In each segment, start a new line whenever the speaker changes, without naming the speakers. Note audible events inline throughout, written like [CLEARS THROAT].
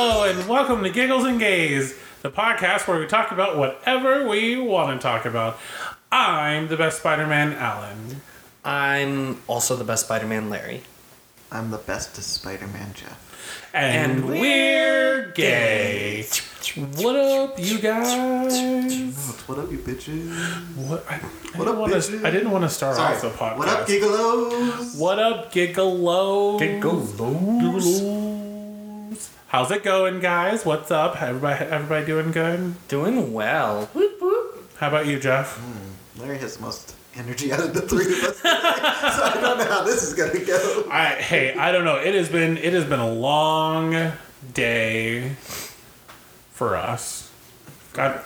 welcome to Giggles and Gays, the podcast where we talk about whatever we want to talk about. I'm the best Spider Man, Alan.
I'm also the best Spider Man, Larry.
I'm the best Spider Man, Jeff.
And,
And
we're gay. What up, you guys?
What up, you bitches?
What, I, I,
What
didn't
up,
wanna,
bitches?
I didn't want to start
Sorry.
off the podcast.
What up, gigolos?
What up, Gigolo?
Gigolos.
Gigolos. How's it going, guys? What's up? Everybody, everybody doing good?
Doing well. Whoop, whoop.
How about you, Jeff?
Larry has the most energy out of the three of us, today, so I don't know how this is gonna go.
I hey, I don't know. It has been it has been a long day for us. God,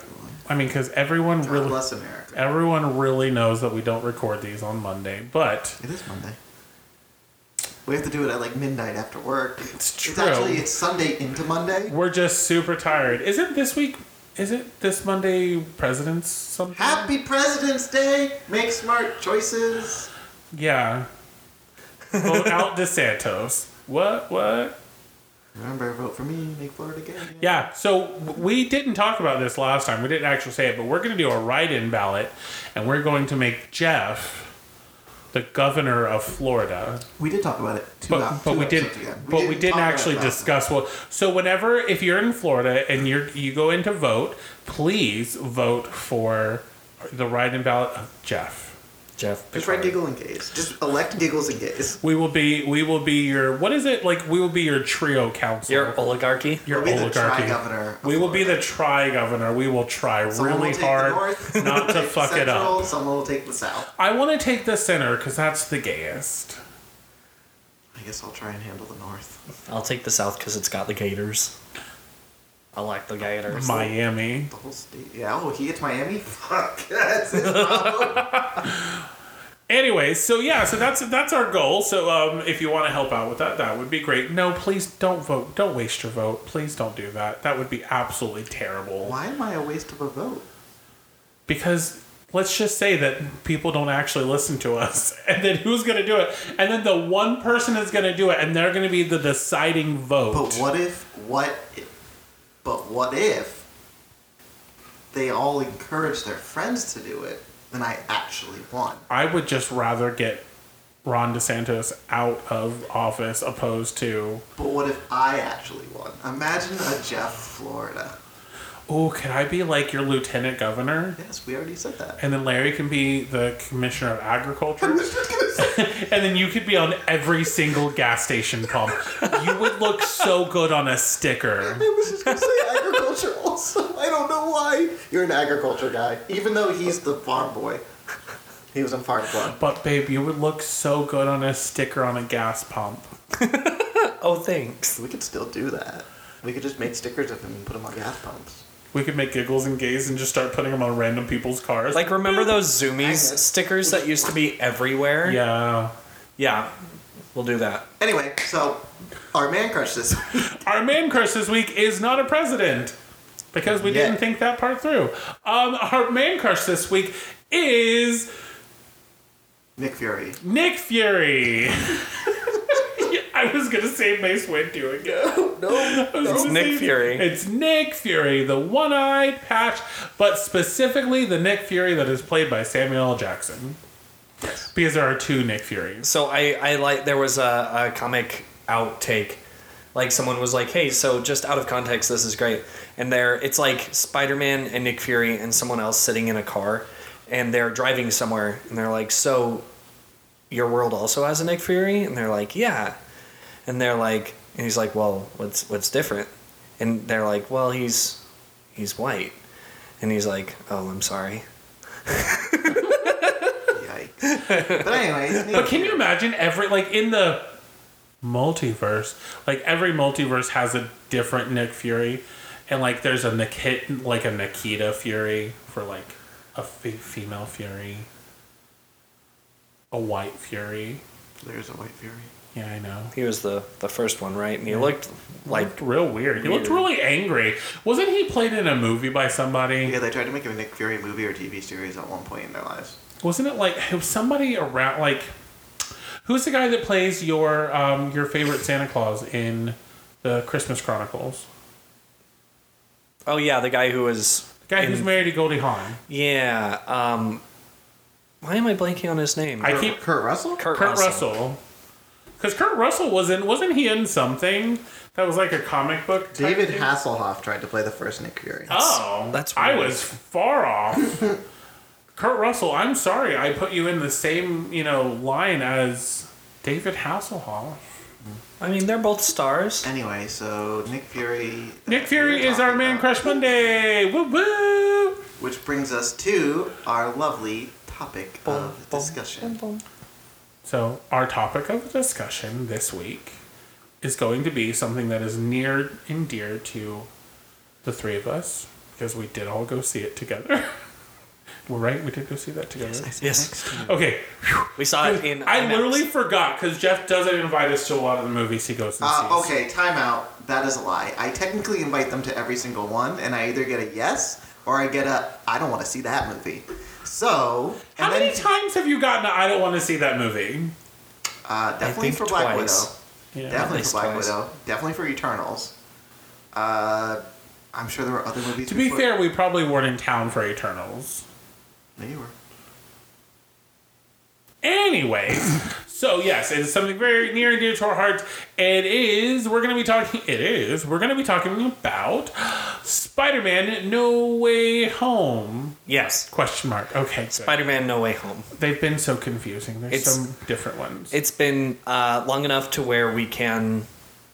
I mean, because everyone [LAUGHS]
God
really
bless America.
everyone really knows that we don't record these on Monday, but
It is Monday. We have to do it at like midnight after work.
It's
It's
true.
actually it's Sunday into Monday.
we're just super tired. Isn't this week? Is it this Monday? President's something?
Happy President's Day! Make smart choices.
Yeah. Vote out [LAUGHS] DeSantos. What? What?
Remember, vote for me. Make Florida gay.
Yeah, so w- we didn't talk about this last time. We didn't actually say it, but we're going to do a write in ballot and we're going to make Jeff the governor of Florida.
We did talk about it. Two
But,
out-
but
two
we
episodes
didn't
ago.
but we
talk
didn't
about it
actually
last time.
discuss what so whenever if you're in Florida and you're you go in to vote, please vote for the write in ballot of Jeff.
Jeff.
Just write
Picard.
giggle and gays. Just elect giggles and gays.
We will be we will be your what is it like we will be your trio council.
Your oligarchy.
your
We'll be the
oligarchy.
tri-governor of
We will be
Florida.
the tri governor. We will try
Someone will
really
take the
hard
[LAUGHS] north,
[LAUGHS]
someone
not
will
to
take
fuck it
central,
up.
Someone will take the south.
I want to take the center because that's the gayest.
I guess I'll try and handle the north.
I'll take the South because it's got the Gators. I like the Gators.
Miami.
The whole state. Yeah. Oh, he gets [LAUGHS] Miami. Fuck. [LAUGHS] That's his problem.
Anyway, so yeah, so that's that's our goal. So um, if you want to help out with that, that would be great. No, please don't vote. Don't waste your vote. Please don't do that. That would be absolutely terrible.
Why am I a waste of a vote?
because let's just say that people don't actually listen to us [LAUGHS] and then who's going to do it and then the one person is going to do it and they're going to be the deciding vote
But what if? What? If, but what if? They all encourage their friends to do it, then I actually won.
i would just rather get ron desantis out of office opposed to
But what if I actually won? Imagine a Jeff Florida.
oh could i be like your lieutenant governor
Yes, we already said that.
and then larry can be the commissioner of agriculture [LAUGHS] and then you could be on every single gas station pump you would look so good on a sticker
[LAUGHS] I was just gonna say agriculture also. I don't know why. You're an agriculture guy, even though he's the farm boy. [LAUGHS] He was on Farm Club.
But babe, you would look so good on a sticker on a gas pump.
Oh, thanks.
We could still do that. We could just make stickers of him and put them on gas pumps.
We could make giggles and gays and just start putting them on random people's cars.
Like, remember those
Hang it.
Zoomies stickers that used to be everywhere?
yeah.
Yeah. We'll do that.
Anyway, so our man crush this week.
Our man crush this week is not a president because we
Yet.
didn't think that part through. Um, our man crush this week is
Nick Fury.
Nick Fury. [LAUGHS] Yeah, I was gonna say Mace Windu again.
No.
I was
It's
gonna
Nick
say-
Fury.
It's Nick Fury, the one-eyed patch, but specifically the Nick Fury that is played by Samuel L. Jackson.
Yes.
Because there are two Nick Furies.
So I, I like there was a, a comic outtake, like someone was like, "Hey, so just out of context, this is great." And there, it's like Spider Man and Nick Fury and someone else sitting in a car, and they're driving somewhere, and they're like, "So, your world also has a Nick Fury?" And they're like, "Yeah," and they're like, and he's like, "Well, what's what's different?" And they're like, "Well, he's he's white," and he's like, "Oh, I'm sorry."
Yikes. But anyways, Nick
But can you imagine every like in the multiverse, like every multiverse has a different Nick Fury, and like there's a Nikit like a Nikita Fury for like a fe- female Fury, a white Fury.
There's a White Fury.
Yeah, I know.
He was the the first one, right? And he looked like
Looked real weird. He looked
Weird.
really angry. Wasn't he played in a movie by somebody?
Yeah, they tried to make him a Nick Fury movie or TV series at one point in their lives.
Wasn't it like it was somebody around like who's the guy that plays your um your favorite Santa Claus in the Christmas Chronicles?
Oh yeah, the guy who was
The guy who's married to Goldie Hawn.
yeah. Um, why am I blanking on his name?
I keep
Kurt Russell?
Kurt,
Kurt Russell. Because Kurt Russell was in, wasn't he in something that was like a comic book? type
David
thing?
Hasselhoff tried to play the first Nick Fury.
Oh,
that's
I
weird.
was far off. [LAUGHS] Kurt Russell, I'm sorry, I put you in the same you know line as David Hasselhoff.
I mean, they're both stars.
Anyway, so Nick Fury.
Nick
we
Fury
were
is our
talking
man
about,
crush Monday. Woo woo.
Which brings us to our lovely topic
Boom,
of
boom,
discussion.
boom, boom.
So our topic of discussion this week is going to be something that is near and dear to the three of us because we did all go see it together. [LAUGHS] We're right. We did go see that together.
Yes,
Okay. [LAUGHS]
we saw it Uh, in.
I
IMAX.
literally forgot because Jeff doesn't invite us to a lot of the movies he goes and sees.
Uh, okay, timeout. That is a lie. I technically invite them to every single one, and I either get a yes or I get a I don't want to see that movie. So, and
How
then
many times have you gotten a, I don't want to see that movie?
uh, definitely
think
for Black
twice.
Widow,
Yeah.
definitely for
least
Black
twice.
Widow, definitely for Eternals. Uh, I'm sure there were other movies.
To be
before-
fair, we probably weren't in town for Eternals.
no, you were.
[COUGHS]
Anyways, so yes, it's something very near and dear to our hearts. It is, we're going to be talking, it is, we're going to be talking about Spider Man No Way Home.
Yes,
Question mark. Okay. good.
Spider-Man: No Way Home.
They've been so confusing. There's
It's-
some different ones.
It's been uh, long enough to where we can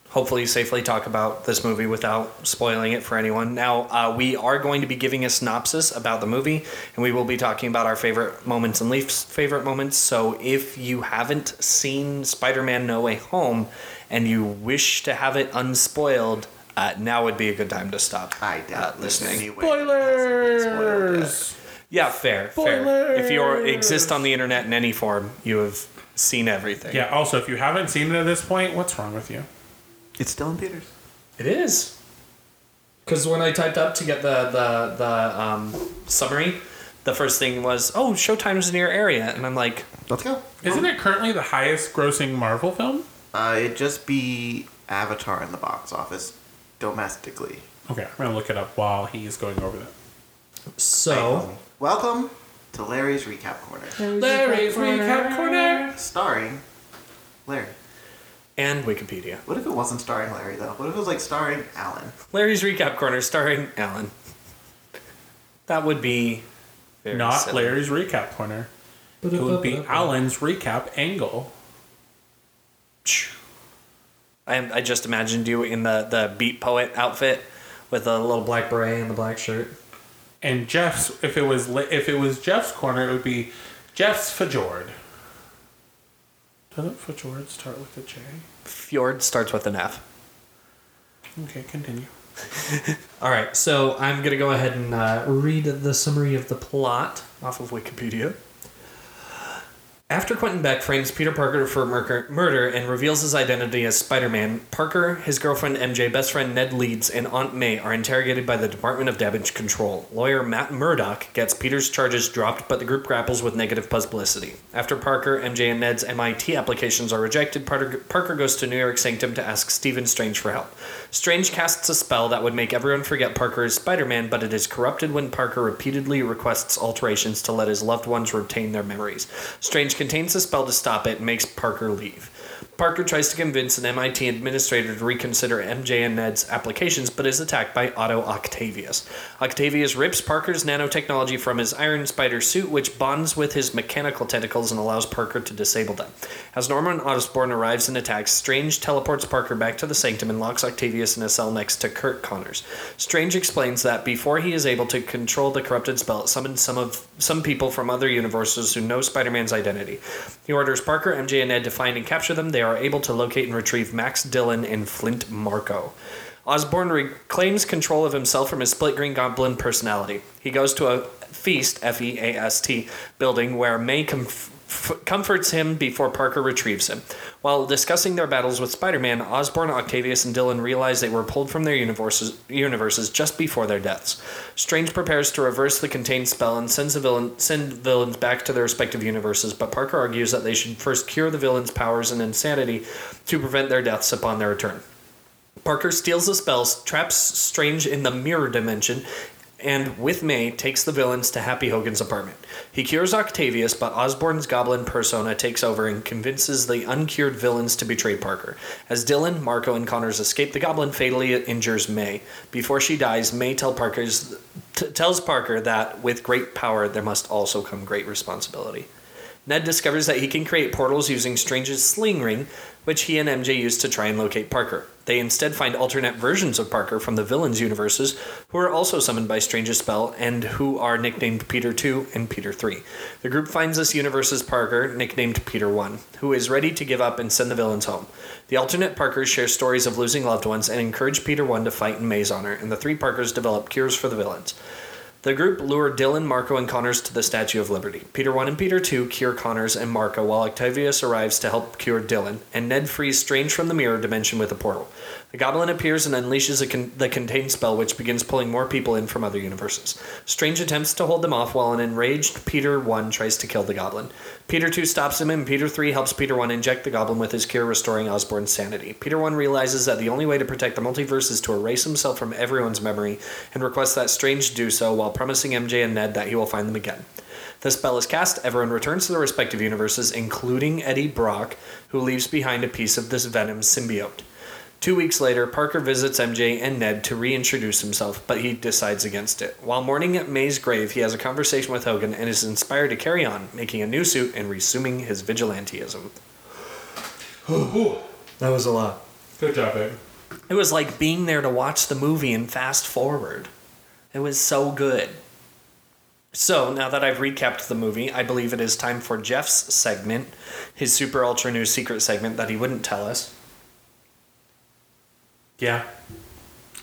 hopefully safely talk about this movie without spoiling it for anyone. Now, uh, we are going to be giving a synopsis about the movie, and we will be talking about our favorite moments and Leaf's favorite moments. So if you haven't seen Spider Man No Way Home and you wish to have it unspoiled, uh, now would be a good time to stop
I
uh,
doubt there's
listening.
any way
Spoilers!
that hasn't been spoiled yet.
Yeah, fair, fair. If you are- exist on the internet in any form, you have seen everything.
Yeah, also, if you haven't seen it at this point, what's wrong with you?
It's still in theaters.
It is. Because when I typed up to get the the the um, summary, the first thing was, "Oh, Showtime's in your area," and I'm like,
Let's go.
Isn't it currently the highest grossing Marvel film?
Uh, it'd just be Avatar in the box office domestically.
Okay, I'm gonna look it up while he's going over that.
"So."
Welcome to Larry's Recap Corner,
Larry's recap corner.
starring Larry.
And Wikipedia.
What if it wasn't starring Larry though? What if it was like starring Alan?
Larry's recap corner starring Alan. That would be very
Not
silly.
Larry's recap corner. It would be Alan's recap angle.
I, I just imagined you in the, the beat poet outfit with a little black beret and the black shirt.
And Jeff's, if it was li- if it was Jeff's corner, it would be Jeff's Fajord. Doesn't Fajord start with a J?
Fjord starts with an F.
Okay, continue.
All right, so I'm going to go ahead and uh, read the summary of the plot off of Wikipedia. After Quentin Beck frames Peter Parker for murder, murder and reveals his identity as Spider Man, Parker, his girlfriend MJ, best friend Ned Leeds, and Aunt May are interrogated by the Department of Damage Control. Lawyer Matt Murdock gets Peter's charges dropped, but the group grapples with negative publicity. After Parker, MJ, and Ned's MIT applications are rejected, Parker, Parker goes to New York Sanctum to ask Stephen Strange for help. Strange casts a spell that would make everyone forget Parker is Spider Man, but it is corrupted when Parker repeatedly requests alterations to let his loved ones retain their memories. Strange contains the spell to stop it and makes Parker leave. Parker tries to convince an MIT administrator to reconsider MJ and Ned's applications, but is attacked by Otto Octavius. Octavius rips Parker's nanotechnology from his Iron Spider suit, which bonds with his mechanical tentacles and allows Parker to disable them. As Norman Osborn arrives and attacks, Strange teleports Parker back to the sanctum and locks Octavius in a cell next to Kurt Connors. Strange explains that before he is able to control the corrupted spell, it summons some of some people from other universes who know Spider-Man's identity. He orders Parker, MJ, and Ed to find and capture them. They are able to locate and retrieve Max Dillon and Flint Marco. Osborn reclaims control of himself from his split green goblin personality. He goes to a feast, F E A S T, building where May comf- f- comforts him before Parker retrieves him. While discussing their battles with Spider Man, Osborn, Octavius, and Dylan realize they were pulled from their universes, universes just before their deaths. Strange prepares to reverse the contained spell and sends the villain, send villains back to their respective universes, but Parker argues that they should first cure the villain's powers and insanity to prevent their deaths upon their return. Parker steals the spells, traps Strange in the mirror dimension, and with May takes the villains to Happy Hogan's apartment. He cures Octavius, but Osborne's goblin persona takes over and convinces the uncured villains to betray Parker. As Dylan, Marco, and Connors escape, the goblin fatally injures May. Before she dies, May tell Parker's, t- tells Parker that with great power there must also come great responsibility. Ned discovers that he can create portals using Strange's sling ring, which he and MJ use to try and locate Parker. They instead find alternate versions of Parker from the villains' universes, who are also summoned by Strange's spell and who are nicknamed Peter 2 and Peter 3. The group finds this universe's Parker, nicknamed Peter 1, who is ready to give up and send the villains home. The alternate Parkers share stories of losing loved ones and encourage Peter 1 to fight in May's honor, and the three Parkers develop cures for the villains. The group lure Dylan, Marco, and Connors to the Statue of Liberty. Peter 1 and Peter 2 cure Connors and Marco while Octavius arrives to help cure Dylan, and Ned frees Strange from the mirror dimension with a portal. The goblin appears and unleashes a con- the contain spell, which begins pulling more people in from other universes. Strange attempts to hold them off while an enraged Peter 1 tries to kill the goblin. Peter 2 stops him, and Peter 3 helps Peter 1 inject the goblin with his cure, restoring Osborne's sanity. Peter 1 realizes that the only way to protect the multiverse is to erase himself from everyone's memory and requests that Strange do so while promising MJ and Ned that he will find them again. The spell is cast, everyone returns to their respective universes, including Eddie Brock, who leaves behind a piece of this Venom symbiote. Two weeks later, Parker visits MJ and Ned to reintroduce himself, but he decides against it. While mourning at May's grave, he has a conversation with Hogan and is inspired to carry on, making a new suit and resuming his vigilantism.
Ooh,
That was a lot.
good job, babe.
It was like being there to watch the movie and fast forward. It was so good. So, now that I've recapped the movie, I believe it is time for Jeff's segment, his super ultra new secret segment that he wouldn't tell us.
Yeah.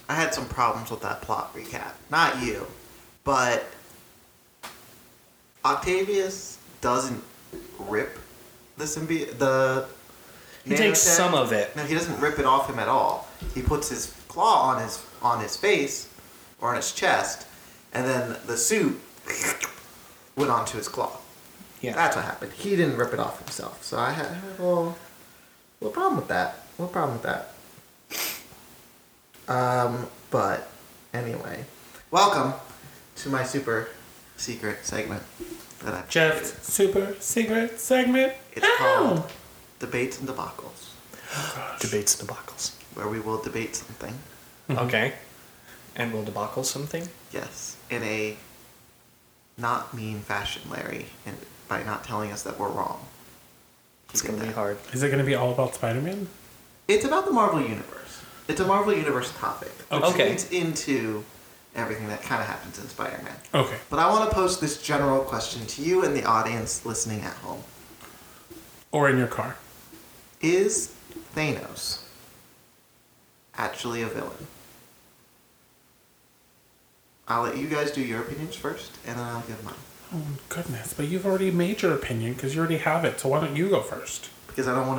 I had some problems with that plot recap. Not you, but Octavius doesn't rip the symbiote. The
He takes
nanotech.
some of it.
No, he doesn't rip it off him at all. He puts his claw on his on his face or on his chest, and then the suit went onto his claw.
Yeah.
That's what happened. He didn't rip it off himself. So I had, I had a little, little problem with that. What problem with that? Um, but anyway, welcome to my super secret segment that I created.
Jeff's super secret segment. Oh!
It's called debates and debacles,
Debates and debacles.
where we will debate something.
Okay. And will debacle something?
Yes, in a not mean fashion, Larry, and by not telling us that we're wrong.
It's
He did
going to be
that.
hard.
Is it going to be all about Spider Man?
It's about the Marvel Universe. It's a Marvel Universe topic. Which
Okay.
leads into everything that kind of happens in Spider Man.
Okay.
But I want to pose this general question to you and the audience listening at home
Or in your car.
Is Thanos actually a villain? I'll let you guys do your opinions first, and then I'll give mine.
Oh, goodness. But you've already made your opinion because you already have it. So why don't you go first?
Because I don't want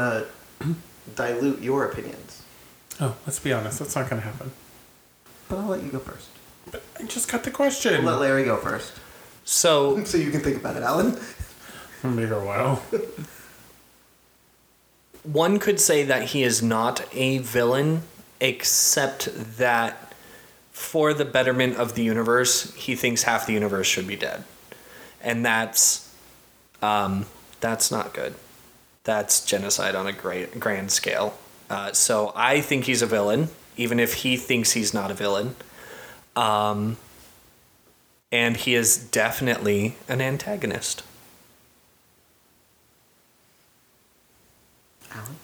to [CLEARS THROAT] dilute your opinions.
Oh, let's be honest. That's not going to happen.
But I'll let you go first.
But I just got the question.
I'll let Larry go first.
So,
[LAUGHS] So you can think about it, Alan. [LAUGHS]
Gonna be here a while.
one could say that he is not a villain, except that for the betterment of the universe, he thinks half the universe should be dead, and that's um, that's not good. That's genocide on a great grand scale. Uh, so I think he's a villain, even if he thinks he's not a villain. Um, and he is definitely an antagonist.
Alan?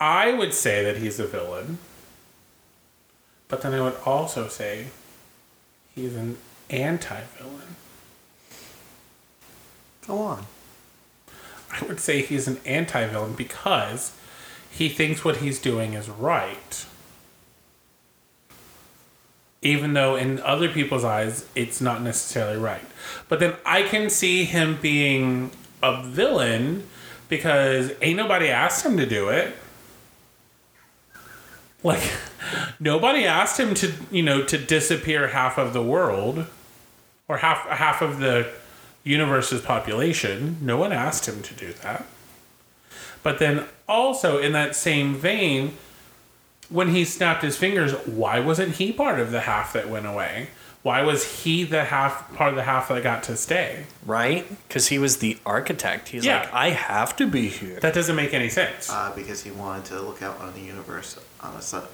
I would say that he's a villain, but then I would also say he's an anti-villain.
Go on.
I would say he's an anti-villain because he thinks what he's doing is right. Even though in other people's eyes it's not necessarily right. But then I can see him being a villain because ain't nobody asked him to do it. Like [LAUGHS] nobody asked him to, you know, to disappear half of the world or half half of the universe's population. No one asked him to do that. But then also in that same vein, when he snapped his fingers, why wasn't he part of the half that went away? Why was he the half part of the half that got to stay?
right? Because he was the architect. He's
Yeah.
like, I have to be here.
That doesn't make any sense.
uh, because he wanted to look out on the universe on a sun,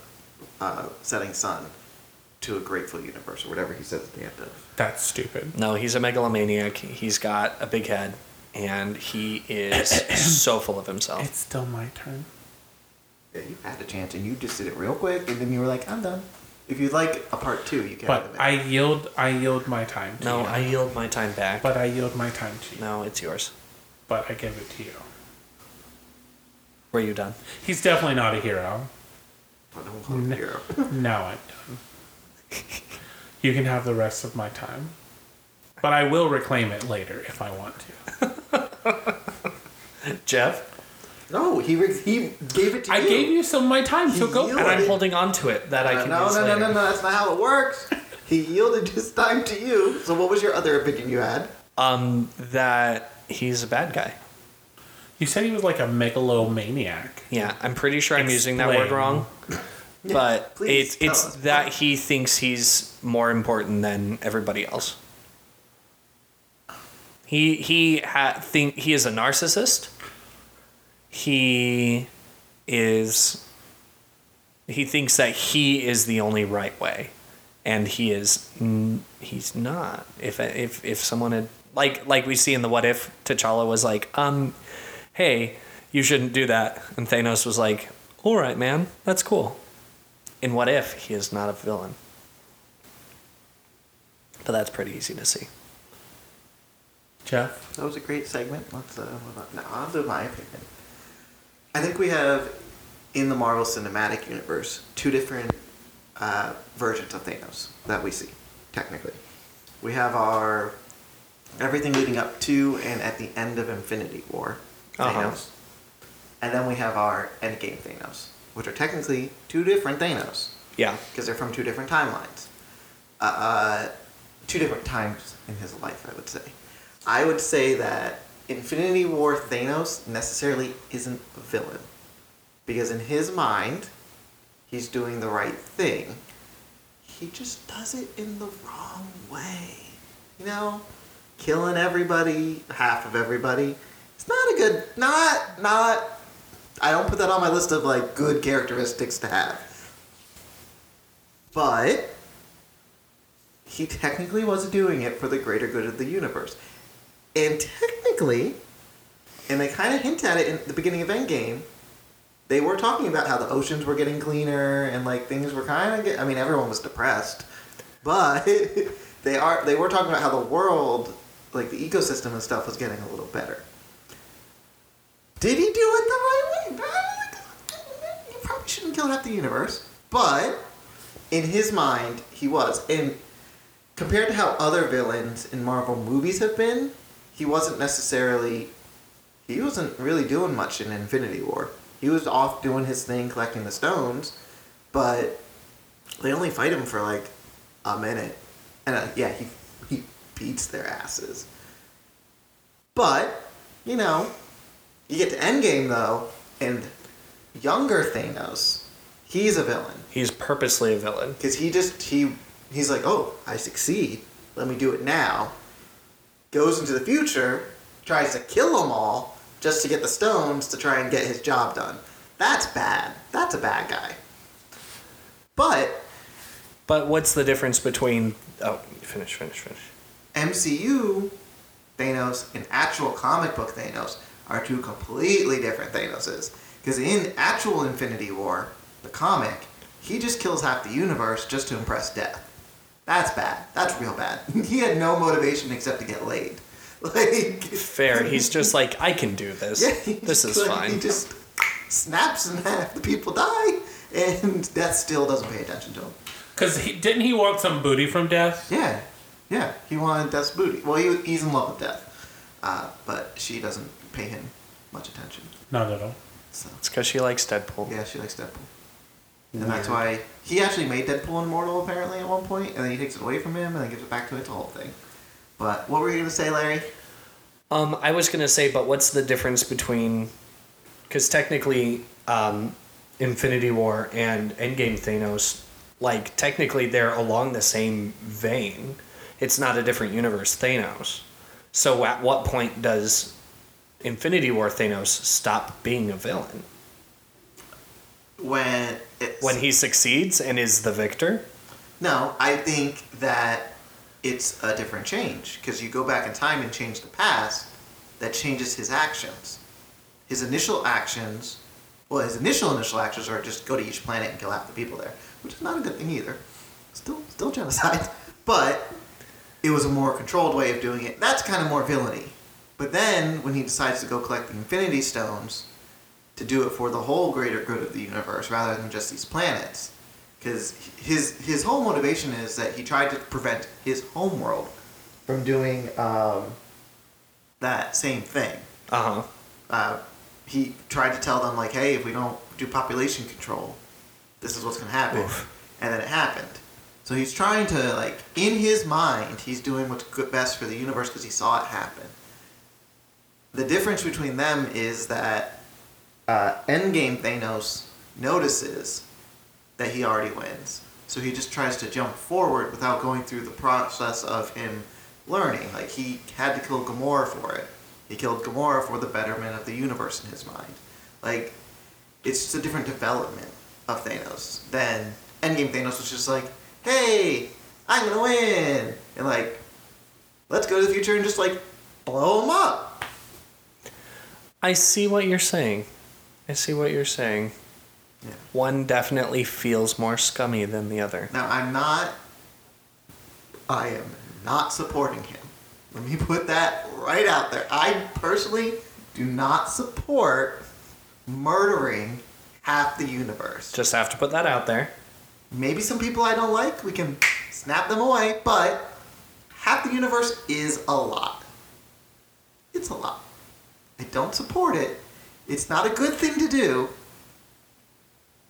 uh, setting sun to a grateful universe or whatever he says at the end of.
That's stupid.
No, he's a megalomaniac. He's got a big head, and he
[COUGHS]
is so full of himself.
It's still my turn.
Yeah, you had a chance and you just did it real quick and then you were like, I'm done. If you'd like a part two, you can. have
But
it.
I yield I yield my time to
No,
you.
I yield my time back.
but I yield my time to you.
no, it's yours.
But I give it to you.
Were you done?
He's definitely not a hero.
But I want a hero.
Now I'm done. you can have the rest of my time. But I will reclaim it later if I want to.
Jeff?
[LAUGHS] No, he re- he gave it to
I
you.
gave you some of my time, so go.
You
And I'm
Wait.
holding on to it that I
Uh,
can
no,
use
no, no,
later.
no, no. That's not how
[LAUGHS]
it works. he yielded his time to you. So what was your other opinion you had?
Um, that he's a bad guy.
You said he was like a megalomaniac.
Yeah, I'm pretty sure I'm using that word
Explain.
wrong. But
please
it's
tell
it's
us.
that he thinks he's more important than everybody else. He he ha- think he is a narcissist. He is he thinks that he is the only right way and he is n- he's not if if if someone had like like we see in the what if T'Challa was like um hey you shouldn't do that and Thanos was like all right man that's cool in what if he is not a villain but that's pretty easy to see
Jeff,
That was a great segment. Let's uh, move on. No, I'll do my opinion. I think we have in the Marvel Cinematic Universe two different uh, versions of Thanos that we see. Technically, we have our everything leading up to and at the end of Infinity War Thanos,
Uh-huh.
and then we have our Endgame Thanos, which are technically two different Thanos
yeah
because they're from two different timelines, uh, two different times in his life. I would say. I would say that Infinity War Thanos necessarily isn't a villain, because in his mind, he's doing the right thing. He just does it in the wrong way. You know, killing everybody, half of everybody. It's not a good, not not. I don't put that on my list of like good characteristics to have but he technically was doing it for the greater good of the universe. And technically, and they kind of hint at it in the beginning of Endgame, they were talking about how the oceans were getting cleaner and like things were kind of get, I mean everyone was depressed, but [LAUGHS] they are they were talking about how the world like the ecosystem and stuff was getting a little better. Did he do it the right way? You probably shouldn't kill half the universe, but in his mind, he was. And compared to how other villains in Marvel movies have been, he wasn't necessarily. He wasn't really doing much in Infinity War. He was off doing his thing, collecting the stones, but they only fight him for like a minute, and uh, yeah, he he beats their asses. But you know, you get to Endgame though, and younger Thanos, he's a villain
he's purposely a villain
because he just he he's like oh i succeed let me do it now goes into the future tries to kill them all just to get the stones to try and get his job done that's bad that's a bad guy but
but what's the difference between oh finish finish finish
mcu thanos and actual comic book thanos are two completely different thanoses because in actual infinity war the comic he just kills half the universe just to impress death That's bad. That's real bad. [LAUGHS] he had no motivation except to get laid. [LAUGHS] Like,
fair he's just like I can do this
[LAUGHS] yeah, he
this
just-
is
like, He [LAUGHS]
fine
just snaps and [LAUGHS] half the people die, and death still doesn't pay attention to him.
because he, didn't he want some booty from death?
Yeah, yeah. He wanted death's booty. Well, he, he's in love with death, uh, but she doesn't pay him much attention.
Not at all.
So
it's because she likes Deadpool
yeah, she likes Deadpool, and that's why he actually made Deadpool immortal apparently at one point, and then he takes it away from him and then gives it back to it. The whole thing. But what were you gonna say, Larry?
Um, I was gonna say, but what's the difference between because technically, um, Infinity War and Endgame Thanos, like technically, they're along the same vein. It's not a different universe, Thanos. So at what point does Infinity War Thanos stop being a villain?
When it's,
When he succeeds and is the victor?
no, I think that it's a different change because you go back in time and change the past, that changes his actions. His initial actions, well, his initial initial actions are just go to each planet and kill half the people there, which is not a good thing either. Still, still genocide, [LAUGHS] but it was a more controlled way of doing it. That's kind of more villainy. But then when he decides to go collect the Infinity Stones to do it for the whole greater good of the universe rather than just these planets, because his his whole motivation is that he tried to prevent his home world from doing um, that same thing.
Uh huh.
Uh, he tried to tell them like, hey, if we don't do population control, this is what's gonna happen,
Oof.
and then it happened. So he's trying to like in his mind, he's doing what's good best for the universe because he saw it happen. The difference between them is that uh, Endgame Thanos notices that he already wins. So he just tries to jump forward without going through the process of him learning. Like he had to kill Gamora for it. He killed Gamora for the betterment of the universe in his mind. Like it's just a different development of Thanos than Endgame Thanos was just like, hey, I'm gonna win, and like, let's go to the future and just like blow him up.
I see what you're saying. I see what you're saying.
Yeah.
One definitely feels more scummy than the other.
Now I'm not. I am not supporting him. Let me put that right out there. I personally do not support murdering half the universe.
Just have to put that out there.
Maybe some people I don't like, we can snap them away, but half the universe is a lot. It's a lot. I don't support it. It's not a good thing to do,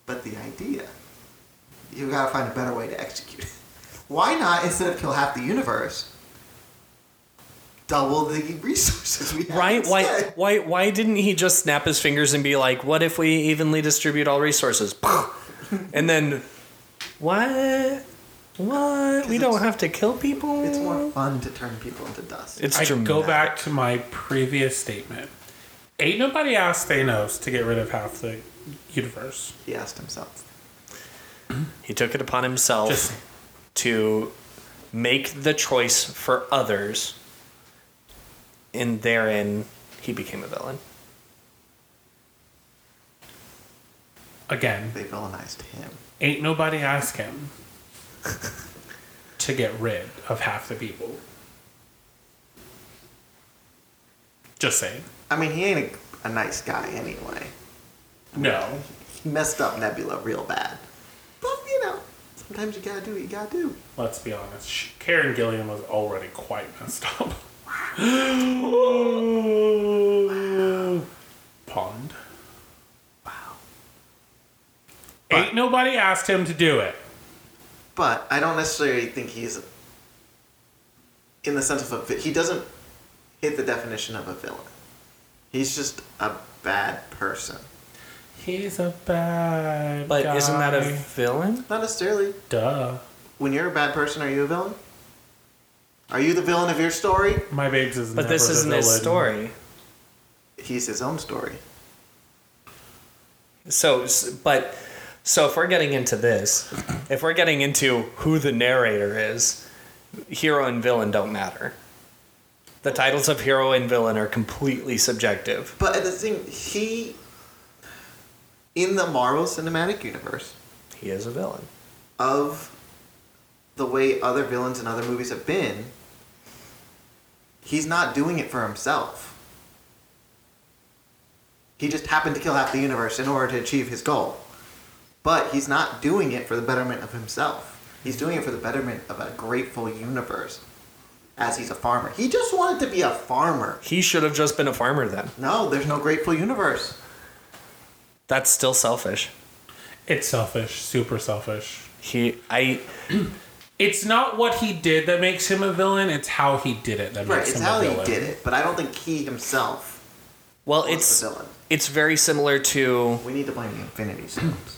but the idea. You gotta find a better way to execute it. [LAUGHS] Why not, instead of kill half the universe, double the resources we have?
Right? Why
instead?
why why didn't he just snap his fingers and be like, "What if we evenly distribute all resources?" [LAUGHS] and then what? What? We don't
it's-
have to kill people?
It's more fun to turn people into dust.
It's
I
dramatic.
go back to my previous statement. Ain't nobody asked Thanos to get rid of half the universe.
he asked himself.
He took it upon himself
Just
to make the choice for others, and therein he became a villain.
again,
They villainized him.
ain't nobody asked him to get rid of half the people. Just saying.
I mean, he ain't a, a nice guy anyway.
No.
He messed up Nebula real bad. But, you know, sometimes you gotta do what you gotta do.
Let's be honest. Sh- Karen Gillian was already quite messed up. [GASPS] Pond. Wow. Ain't nobody asked him to do it.
But I don't necessarily think he's in the sense of a vi- he doesn't hit the definition of a villain. He's just a bad person.
He's a bad
But
guy.
isn't that a villain?
Not necessarily.
duh?
When you're a bad person, are you a villain? Are you the villain of your story?
My babes is.
But
never
this
the
isn't his
villain.
story.
He's his own story.
So, s- but so if we're getting into this, if we're getting into who the narrator is, hero and villain don't matter. The titles of hero and villain are completely subjective.
But the thing, he in the Marvel Cinematic Universe,
He is a villain.
of the way other villains in other movies have been, he's not doing it for himself. He just happened to kill half the universe in order to achieve his goal. But he's not doing it for the betterment of himself. He's doing it for the betterment of a grateful universe as he's a farmer. He just wanted to be a farmer.
He should have just been a farmer then.
No, there's no grateful universe.
That's still selfish.
It's selfish. Super selfish.
He, I,
It's not what he did that makes him a villain. It's how he did it that
Right,
makes
it's
him
how
a
he
villain.
did it, but I don't think he himself
well,
was
it's
the villain.
it's very similar to
We need to blame the Infinity Stones.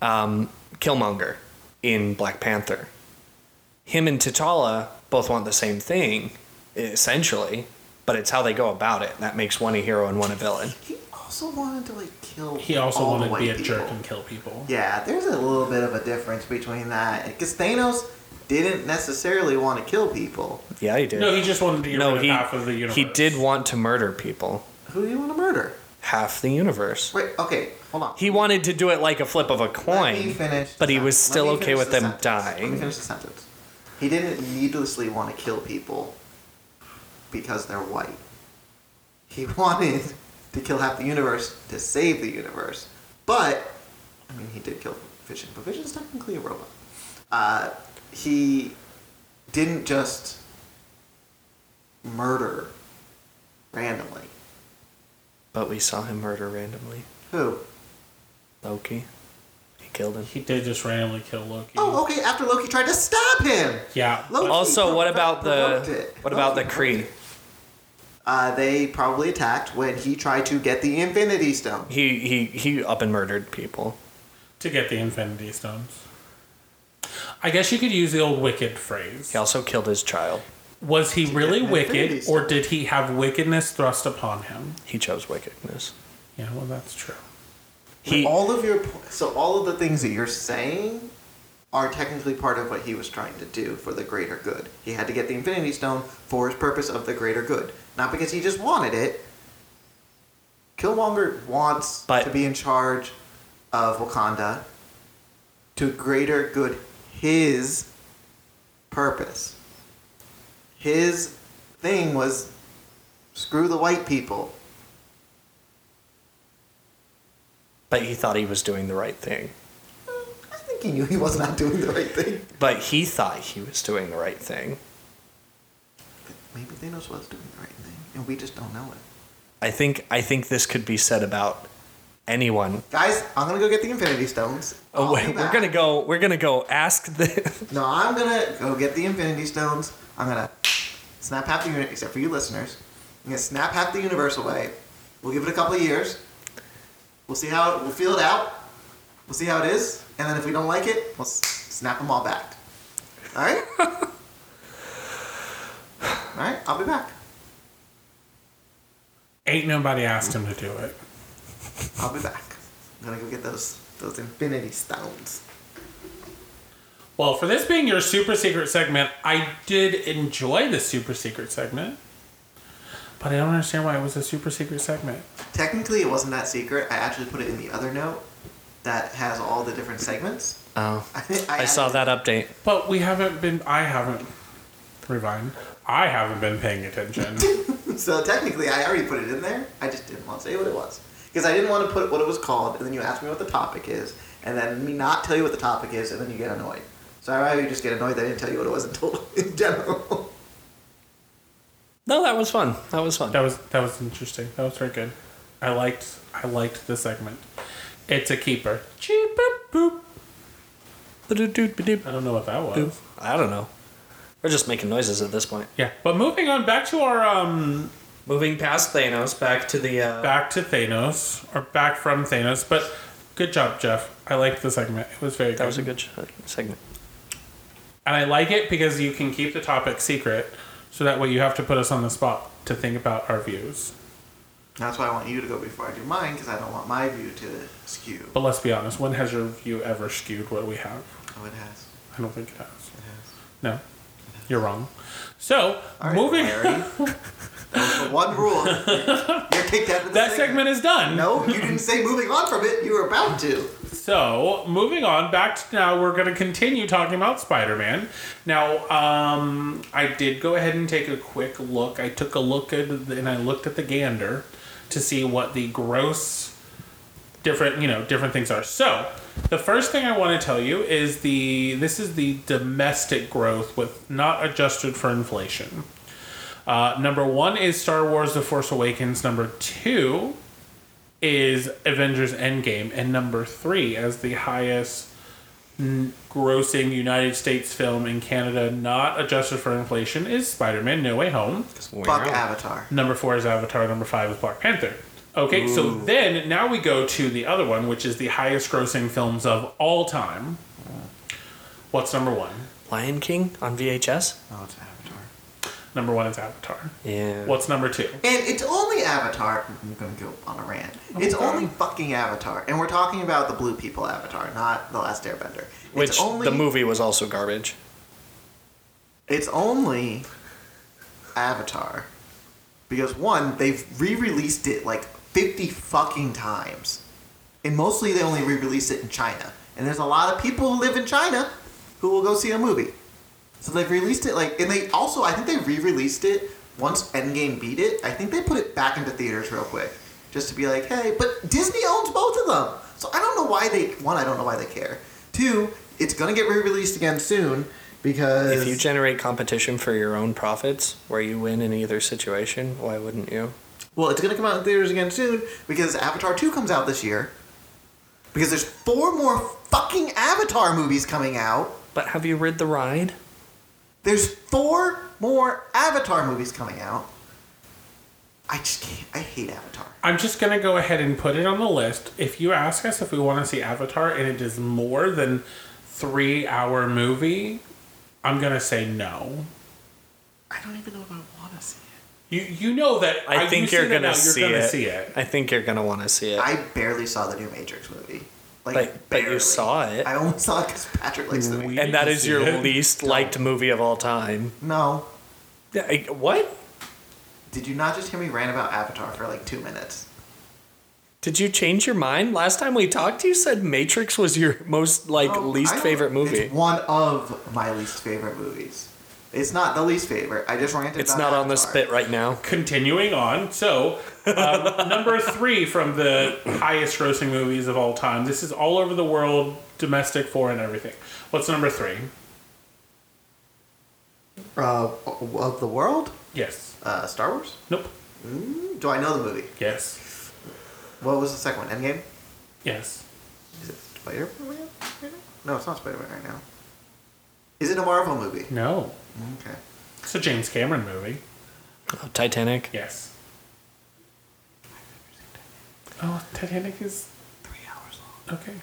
Killmonger in Black Panther. Him and T'Challa both want the same thing, essentially, but it's how they go about it that makes one a hero and one a villain.
he also wanted to like kill.
He also
all the
wanted to be
white
a jerk
people.
and kill people.
Yeah, there's a little bit of a difference between that because Thanos didn't necessarily want to kill people.
Yeah, he did.
No, he just wanted to get
No,
rid of
he,
half of the universe.
he did want to murder people,
Who do you want to murder?
half the universe.
Wait, okay, hold on.
He wanted to do it like a flip of a
Let me
coin,
finish
but he
the
was
sentence.
still
Let me
okay
finish
with
the
them
sentence. Let me
dying.
finish the sentence. He didn't needlessly want to kill people because they're white. He [LAUGHS] wanted to kill half the universe to save the universe. But, I mean, he did kill Vision, but Vision's technically a robot. Uh, he didn't just murder randomly.
But we saw him murder randomly.
Who?
Loki. He killed him.
He did just randomly kill Loki.
Oh, okay, after Loki tried to stop him!
Yeah.
Loki
Also, what
provo-
about
provoked
the
it.
what about the
Loki
Kree?
uh, they probably attacked when he tried to get the Infinity Stone.
He he he up and murdered people.
To get the Infinity Stones. I guess you could use the old wicked phrase.
He also killed his child.
Was he really
the Infinity
wicked,
Stone.
or did he have wickedness thrust upon him?
He chose wickedness.
Yeah, well, that's true.
He
all of your po- so all of the things that you're saying are technically part of what he was trying to do for the greater good. He had to get the Infinity Stone for his purpose of the greater good, not because he just wanted it. Killmonger wants
But-
to be in charge of Wakanda to greater good his purpose. His thing was screw the white people.
but he thought he was doing the right thing.
Hmm, I think he knew he was not doing the right thing.
But he thought he was doing the right thing.
Maybe Thanos was doing the right thing, and we just don't know it.
I think I think this could be said about anyone.
Guys, I'm gonna go get the Infinity Stones.
Oh,
I'll
wait,
be
we're
back.
gonna go. We're gonna go ask the. [LAUGHS]
No, I'm gonna go get the Infinity Stones. I'm gonna snap half the unit, except for you listeners. I'm gonna snap half the universe away. We'll give it a couple of years. We'll see how it, we'll feel it out. We'll see how it is, and then if we don't like it, we'll s- snap them all back.
[LAUGHS]
All right. all right. I'll be back.
Ain't nobody asked him to do it.
I'll be back. I'm gonna go get those those Infinity Stones.
Well, for this being your super secret segment, I did enjoy the super secret segment. But I don't understand why it was a super secret segment.
Technically, it wasn't that secret. I actually put it in the other note that has all the different segments. [LAUGHS]
Oh,
I,
I saw
added-
that update.
But we haven't been, I haven't, rewind, I haven't been paying attention.
[LAUGHS] So technically, I already put it in there. I just didn't want to say what it was because I didn't want to put what it was called, and then you ask me what the topic is, and then me not tell you what the topic is, and then you get annoyed. So I rather you just get annoyed that I didn't tell you what it was in total [LAUGHS] in general.
No, that was fun. That was fun.
That was that was interesting. That was very good. I liked I liked the segment. It's a keeper. Cheep boop boop.
Ba-do-do-ba-do.
I don't know what that was.
Boop. I don't know. We're just making noises at this point.
Yeah, but moving on back to our um
Moving past Thanos, back to the. Uh,
back to Thanos or back from Thanos. But good job, Jeff. I liked the segment. It was very
that
good.
was a good sh- segment.
and I like it because you can keep the topic secret, so that way you have to put us on the spot to think about our views.
That's why I want you to go before I do mine because I don't want my view to skew.
But let's be honest. When has your view ever skewed what we have?
Oh, it has.
I don't think it has.
It has.
No, you're wrong. So
All right,
moving.
Larry. that was the one rule. You're kicked out of the
[LAUGHS] That segment is done.
No, you didn't say moving on from it. You were about to.
So, moving on, back to now, we're going to continue talking about Spider Man. Now, um, I did go ahead and take a quick look. I took a look at, and I looked at the gander to see what the gross different, you know, different things are. So, the first thing I want to tell you is the, this is the domestic growth with not adjusted for inflation. Uh, number one is Star Wars The Force Awakens. Number two is Avengers Endgame, and number three as the highest n- grossing United States film in Canada, not adjusted for inflation, is Spider Man No Way Home.
Fuck Avatar.
Number four is Avatar. Number five is Black Panther. Okay, so then now we go to the other one, which is the highest grossing films of all time. What's number one?
Lion King on VHS.
Oh, it's Avatar.
Number one is Avatar.
Yeah.
What's number two?
And it's only Avatar. I'm gonna go on a rant. It's only fucking Avatar, and we're talking about the blue people Avatar, not the Last Airbender. It's
Which
only,
the movie was also garbage.
It's only Avatar because one, they've re-released it like 50 fucking times, and mostly they only re-release it in China. And there's a lot of people who live in China who will go see a movie. So they've released it like, and they also I think they re-released it once Endgame beat it. I think they put it back into theaters real quick, just to be like, hey. But Disney owns both of them, so I don't know why they one. I don't know why they care. Two, it's gonna get re-released again soon because
If you generate competition for your own profits, where you win in either situation, why wouldn't you?
well, it's gonna come out in theaters again soon because Avatar two comes out this year. Because there's four more fucking Avatar movies coming out.
But have you rid the ride?
There's four more Avatar movies coming out. I just can't. I hate Avatar.
I'm just gonna go ahead and put it on the list. If you ask us if we want to see Avatar and it is more than three hour movie, I'm gonna say no.
I don't even know if I want to see it.
You you know that
I
you
think
see
you're
that
gonna,
now,
see,
gonna
it.
see it.
I think you're gonna want to see it.
I barely saw the new Matrix movie. Like,
But- but you
barely.
saw it. Mm.
I only saw it because Patrick likes the movie.
and that
You
is
see
your
it.
least liked movie of all time.
No.
Yeah, I- What?
Did you not just hear me rant about Avatar for like two minutes?
Did you change your mind? Last time we talked, you said Matrix was your most like
No, Oh, I
least
don't-
favorite movie.
It's one of my least favorite movies. It's not the least favorite. I just ranted
It's
about
not on the
Avatar.
spit right now.
Continuing on, so um,
[LAUGHS]
number three from the highest grossing movies of all time. This is all over the world, domestic, foreign, everything. What's number three?
Uh, of the world?
Yes.
Uh, Star Wars? Mm,
Nope.
Do I know the movie?
Yes.
What was the second one? Endgame?
Yes.
Is it Spider Man? No, it's not Spider Man right now. Is it a Marvel movie?
No.
Okay.
It's a James Cameron movie.
Oh, Titanic.
Yes. Oh, Titanic is
Three hours long.
okay.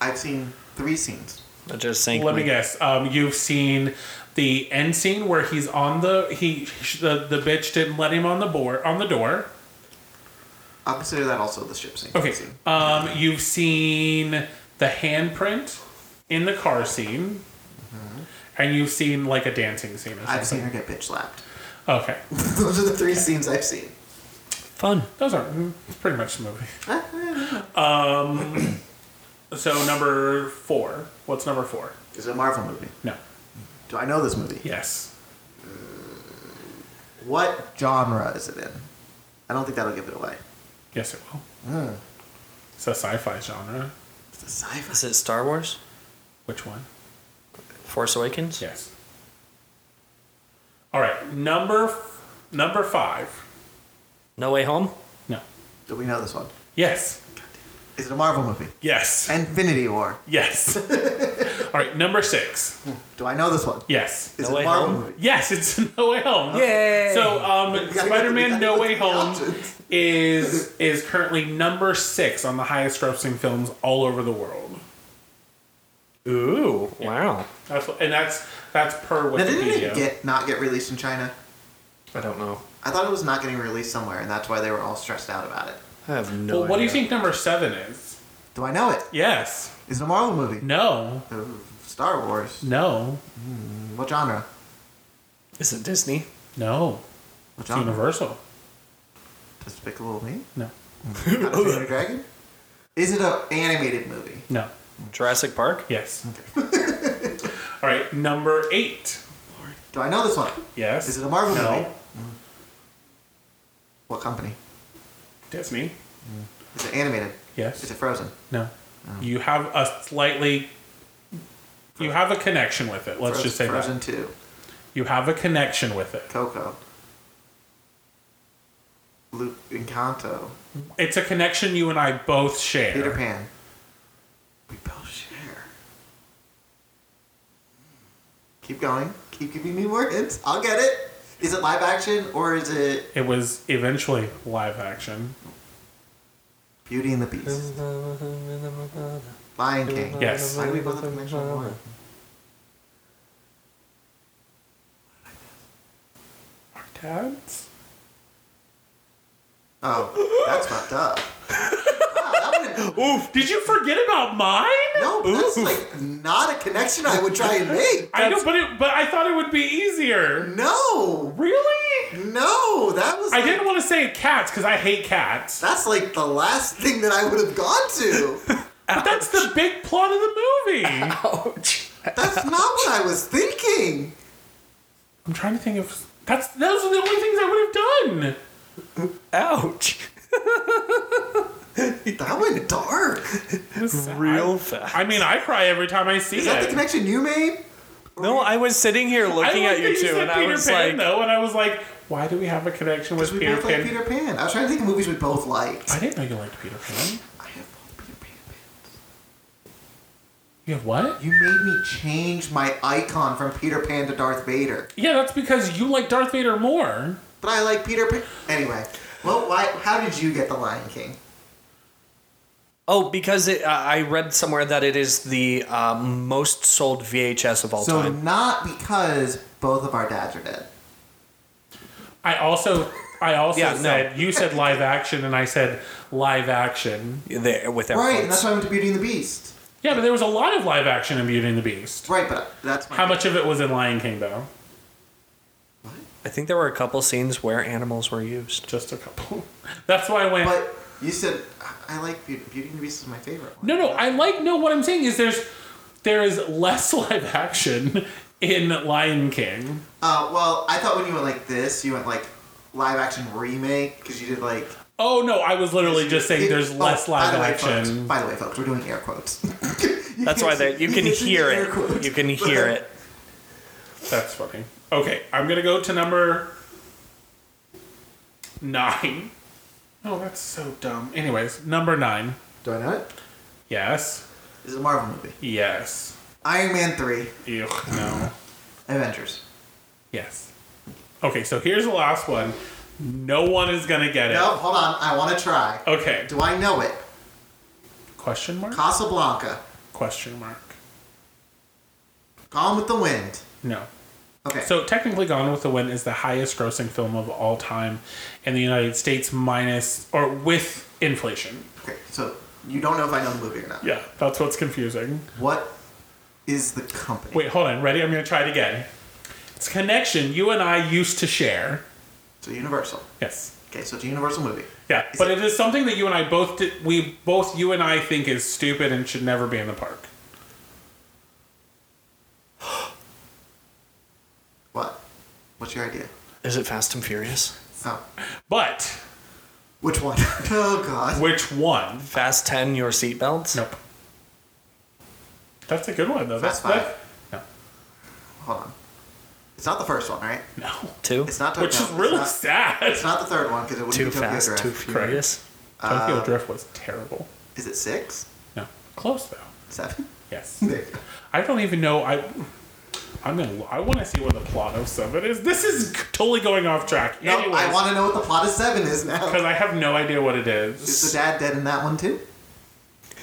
I've seen three scenes.
I just think.
Let me guess. Um, you've seen the end scene where he's on the he the the bitch didn't let him on the board on the door.
I'll consider that also the ship scene.
Okay.
Scene.
Um, you've seen the handprint in the car scene, and you've seen like a dancing scene. Or
Mm-hmm. I've seen
something.
her get bitch slapped. [LAUGHS]
Okay,
Those are the three scenes I've seen.
Fun.
those are mm, pretty much the movie.
Ah, ah, ah.
So number four. What's number four?
Is it a Marvel movie?
No.
Do I know this movie?
Yes.
What genre is it in? I don't think that'll give it away.
Yes, it will.
Hmm.
It's a sci-fi genre.
It's a sci-fi.
Is it Star Wars?
Which one?
Force Awakens?
Yes. All right. Number f- number five.
No Way Home?
No.
Do we know this one?
Yes.
Is it a Marvel movie?
Yes.
Infinity War. [LAUGHS]
Yes. All right. Number six.
Do I know this one?
Yes.
Is
No
it
Way
a Marvel
Home?
movie?
Yes, it's [LAUGHS] No Way Home.
Yay.
So,
[LAUGHS]
um,
We gotta go
Spider-Man:
through-
No
we [LAUGHS]
Way
gotta go
Home
through the options.
is is currently number six on the highest-grossing films all over the world.
Ooh, wow.
That's what- and that's that's per
Now, didn't
Wikipedia.
it get not get released in China?
I don't know.
I thought it was not getting released somewhere, and that's why they were all stressed out about it.
I have no
well, what do you
idea.
think number seven is?
Do I know it?
Yes.
Is it a Marvel movie?
No.
Ooh, Star Wars.
No.
What genre?
Is it Disney?
No.
What
It's
genre?
Universal.
Despicable Me.
No.
How to Train Your Dragon. Is it an animated movie?
No.
Jurassic Park?
Yes. [LAUGHS] all right. Number eight.
Do I know this one?
Yes.
Is it a Marvel
no.
movie? What company?
Disney.
Is it animated?
Yes.
Is it Oh. Frozen?
No. You have a slightly. You have a connection with it. Let's
Frozen,
just say
Frozen
that.
Two,
You have a connection with it.
Coco, Luke, Encanto,
It's a connection you and I both share.
Peter Pan. We both share. Keep going. Keep giving me more hints. I'll get it. Is it live action or is it
It was eventually live action.
Beauty and the Beast? Lion King.
Yes.
Why do we both have to mention one?
Our dads?
Oh, that's
[LAUGHS]
fucked up. wow, that would
Oof! Did you forget about mine?
no, that's like not a connection I would try and make.
[LAUGHS] I know, but it, but I thought it would be easier.
No,
Really?
no, that was.
I
like-
didn't want to say cats because I hate cats.
That's like the last thing that I would have gone to.
But that's the big plot of the
[LAUGHS]
movie.
Ouch.
[LAUGHS]
That's not what I was thinking.
I'm trying to think of that's those are the only things I would have done.
Ouch.
That went dark.
It was sad.
Real fast.
I mean, I cry every time I see
Is
it.
that the connection you made?
No, I was sitting here
I
looking
like that
at you two,
said
and I
Peter
was
Pan,
like,
though, and I was like, why do we have a connection with
Because we
Peter
both like
Pan?
Peter Pan. I was trying to think of movies we both liked.
I didn't know you liked Peter Pan.
I have both Peter Pan pins.
You have what?
You made me change my icon from Peter Pan to Darth Vader.
Yeah, that's because you like Darth Vader more.
But I like Peter Pan. Anyway, well, why? How did you get the Lion King?
"Oh, because it, uh, I read somewhere that it is the uh, most sold VHS of all
so
time."
not because both of our dads are dead.
I also, I also
Yeah, no.
said you said live action, and I said live action.
There, with air
Right, and
quotes.
that's why I went to Beauty and the Beast.
Yeah, but there was a lot of live action in Beauty and the Beast.
Right, but that's my
How much of it was in Lion King, though?
I think there were a couple scenes where animals were
[LAUGHS]
used.
Just a couple. [LAUGHS] That's why I went.
But you said I I like Beauty, Beauty and the Beast is my favorite one.
No, no, I like no. What I'm saying is there's there is less [LAUGHS] live action in Lion King.
Uh, well, I thought when you went like this, you went like live action remake because you did like.
Oh no, I was literally just saying there's
Oh,
less live
by the way,
action.
Folks, by the way, folks, we're doing air quotes. [LAUGHS]
That's why they, you can
see the
hear
air quotes.
it. You can hear it.
That's funny. Okay, I'm gonna go to number nine. Oh, that's so dumb. Anyways, number nine.
Do I know it?
Yes.
[LAUGHS] This is a Marvel movie.
Yes.
Iron Man three,
Ew. No.
Avengers.
Yes. Okay, so here's the last one. No one is gonna get it.
No, hold on. I want to try.
Okay.
Do I know it?
Question mark?
Casablanca.
Question mark.
Gone with the Wind.
No.
Okay.
So technically, Gone with the Wind is the highest-grossing film of all time in the United States, minus or with inflation.
okay. So you don't know if I know the movie or not.
Yeah, that's what's confusing.
What is the company?
Wait, hold on. Ready? I'm gonna try it again. It's a connection you and I used to share.
So Universal.
Yes.
Okay, so it's a Universal movie.
Yeah,
Is
but
it-
it is something that you and I both did, we both you and I think is stupid and should never be in the park.
What? What's your idea?
Is it Fast and Furious?
Oh.
But
Which one? [LAUGHS] oh god.
which one?
Fast Ten, your seatbelts.
Nope. That's a good one though.
Fast
That's that-
Hold on. It's not the first one, right?
No,
[LAUGHS]
no.
Two.
It's not Tokyo.
Which is
it's
really
not-
sad.
It's not the third one because it would
too
be Tokyo
fast,
Drift.
too furious.
Uh,
Tokyo Drift was terrible.
Is it six?
No, close though.
Seven? [LAUGHS]
Yes.
There you go.
I don't even know. I I'm gonna. I want to see what the plot of Seven is. This is totally going off track.
No,
Anyways,
I want to know what the plot of seven is now.
because I have no idea what it is.
Is the dad dead in that one too?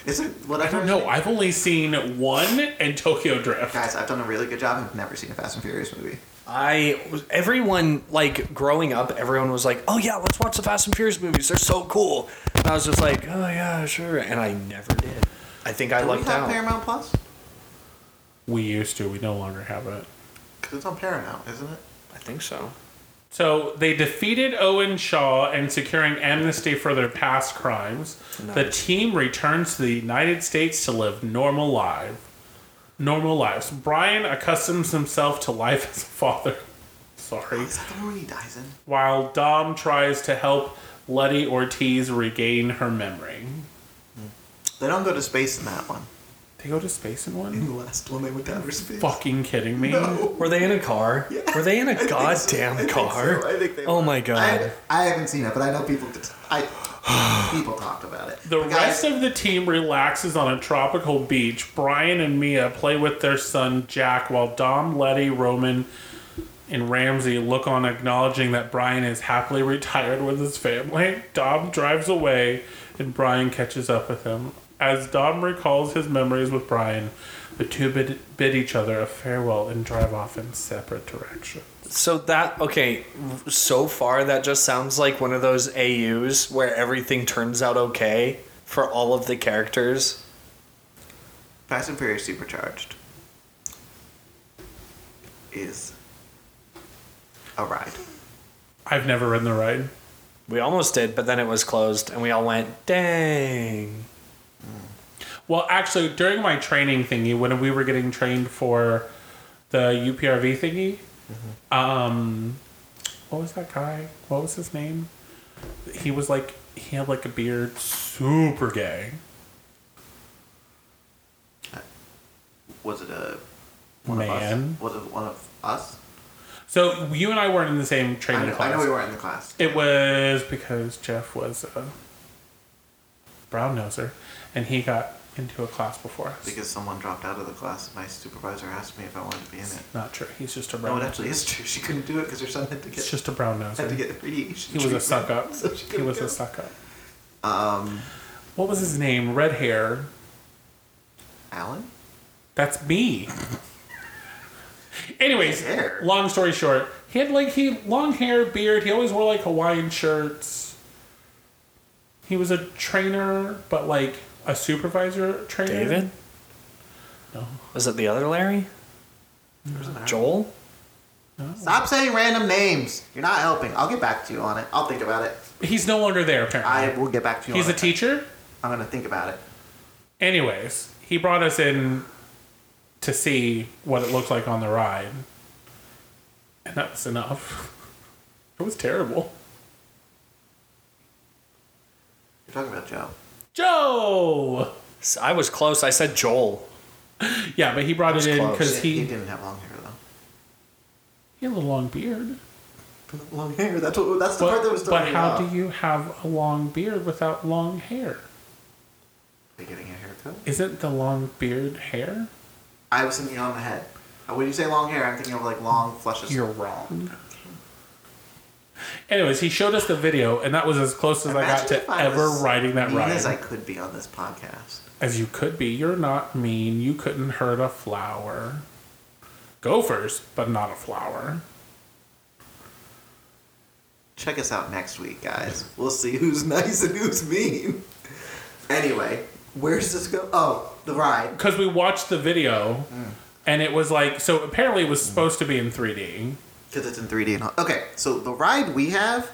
Is it what
I don't know. I've only seen one and Tokyo Drift.
Guys, I've done a really good job. I've never seen a Fast and Furious movie.
I everyone like growing up, everyone was like, "Oh yeah, let's watch the Fast and Furious movies. They're so cool." And I was just like, "Oh yeah, sure," and I never did. I think I
Do we
lucked
have
out.
Paramount Plus?
We used to. We no longer have it.
Because it's on Paramount, isn't it?
I think so.
So they defeated Owen Shaw and securing amnesty for their past crimes. The
Nice.
team returns to the United States to live normal life. Normal lives. Brian accustoms himself to life [LAUGHS] as a father. Sorry.
Is that the one where he dies in?
While Dom tries to help Letty Ortiz regain her memory.
They don't go to space in that one.
They go to space in
In
one?
the last one, they went down to space.
Fucking kidding me?
No.
Were they in a car? Were they in a
think so. [LAUGHS] I
goddamn
think
car?
so. I think they
oh
were.
my
I,
god.
I haven't seen it, but I know people. I people talked about it.
The
But guys,
rest of the team relaxes on a tropical beach. Brian and Mia play with their son Jack while Dom, Letty, Roman, and Ramsey look on acknowledging that Brian is happily retired with his family. Dom drives away and Brian catches up with him. As Dom recalls his memories with Brian, the two bid, bid each other a farewell and drive off in separate directions.
So that okay, so far that just sounds like one of those AUs where everything turns out okay for all of the characters.
Fast and Furious Supercharged is a ride.
I've never ridden the ride.
We almost did, but then it was closed and we all went, "Dang."
Well, actually, during my training thingy, when we were getting trained for the UPRV thingy,
Mm-hmm.
um, what was that guy? What was his name? He was like, he had like a beard, super gay.
Was it a one
Man.
of us? Was it one of us?
So you and I weren't in the same
I
training
know, I
class.
know we weren't in the class.
It was because Jeff was a brown noser, and he got into a class before us.
Because someone dropped out of the class. My supervisor asked me if I wanted to be in it.
Not true. He's just a
No,
brown.
it actually is true. [LAUGHS] She couldn't do it because her son had to get
it's just a brown noser.
had to get radiation.
He was a
treatment,
suck up.
[LAUGHS] so she
he
couldn't
was
go.
a suck up.
Um,
What was his name? Red hair.
Alan.
That's me. Anyways,
Red hair?
long story short, he had like he long hair, beard. He always wore like Hawaiian shirts. He was a trainer, but like a supervisor trainer.
David?
No.
Was it the other Larry?
There's an Alan.
Joel?
Stop saying random names. You're not helping. I'll get back to you on it. I'll think about it.
He's no longer there
I
apparently.
will get back to you.
He's
on
a
it.
teacher.
I'm gonna think about it.
Anyways, he brought us in to see what it looked like on the ride. And that was enough. [LAUGHS] It was terrible.
You're talking about Joe.
Joe!
S- I was close. I said Joel.
Yeah, but he brought it
was
in
close.
because
he,
he,
didn't have long hair though. [LAUGHS]
he had a long beard.
Long hair. That's what. That's the part that was.
But, but
throwing me
how
off.
do you have a long beard without long hair?
Are you getting a haircut?
Isn't the long beard hair?
I was thinking on the head. Uh, When you say long hair, I'm thinking of like long flushes.
You're wrong. Anyways, he showed us the video, and that was as close as I got
Imagine if
to ever
was
riding that
mean
ride.
As I could be on this podcast.
As you could be, you're not mean. You couldn't hurt a flower. Gophers, but not a flower.
Check us out next week, guys. We'll see who's [LAUGHS] nice and who's mean. Anyway, where does this go? Oh, the ride.
Because we watched the video, and it was like so. Apparently, it was supposed to be in 3D.
Because it's in 3D and all. Okay, so the ride we have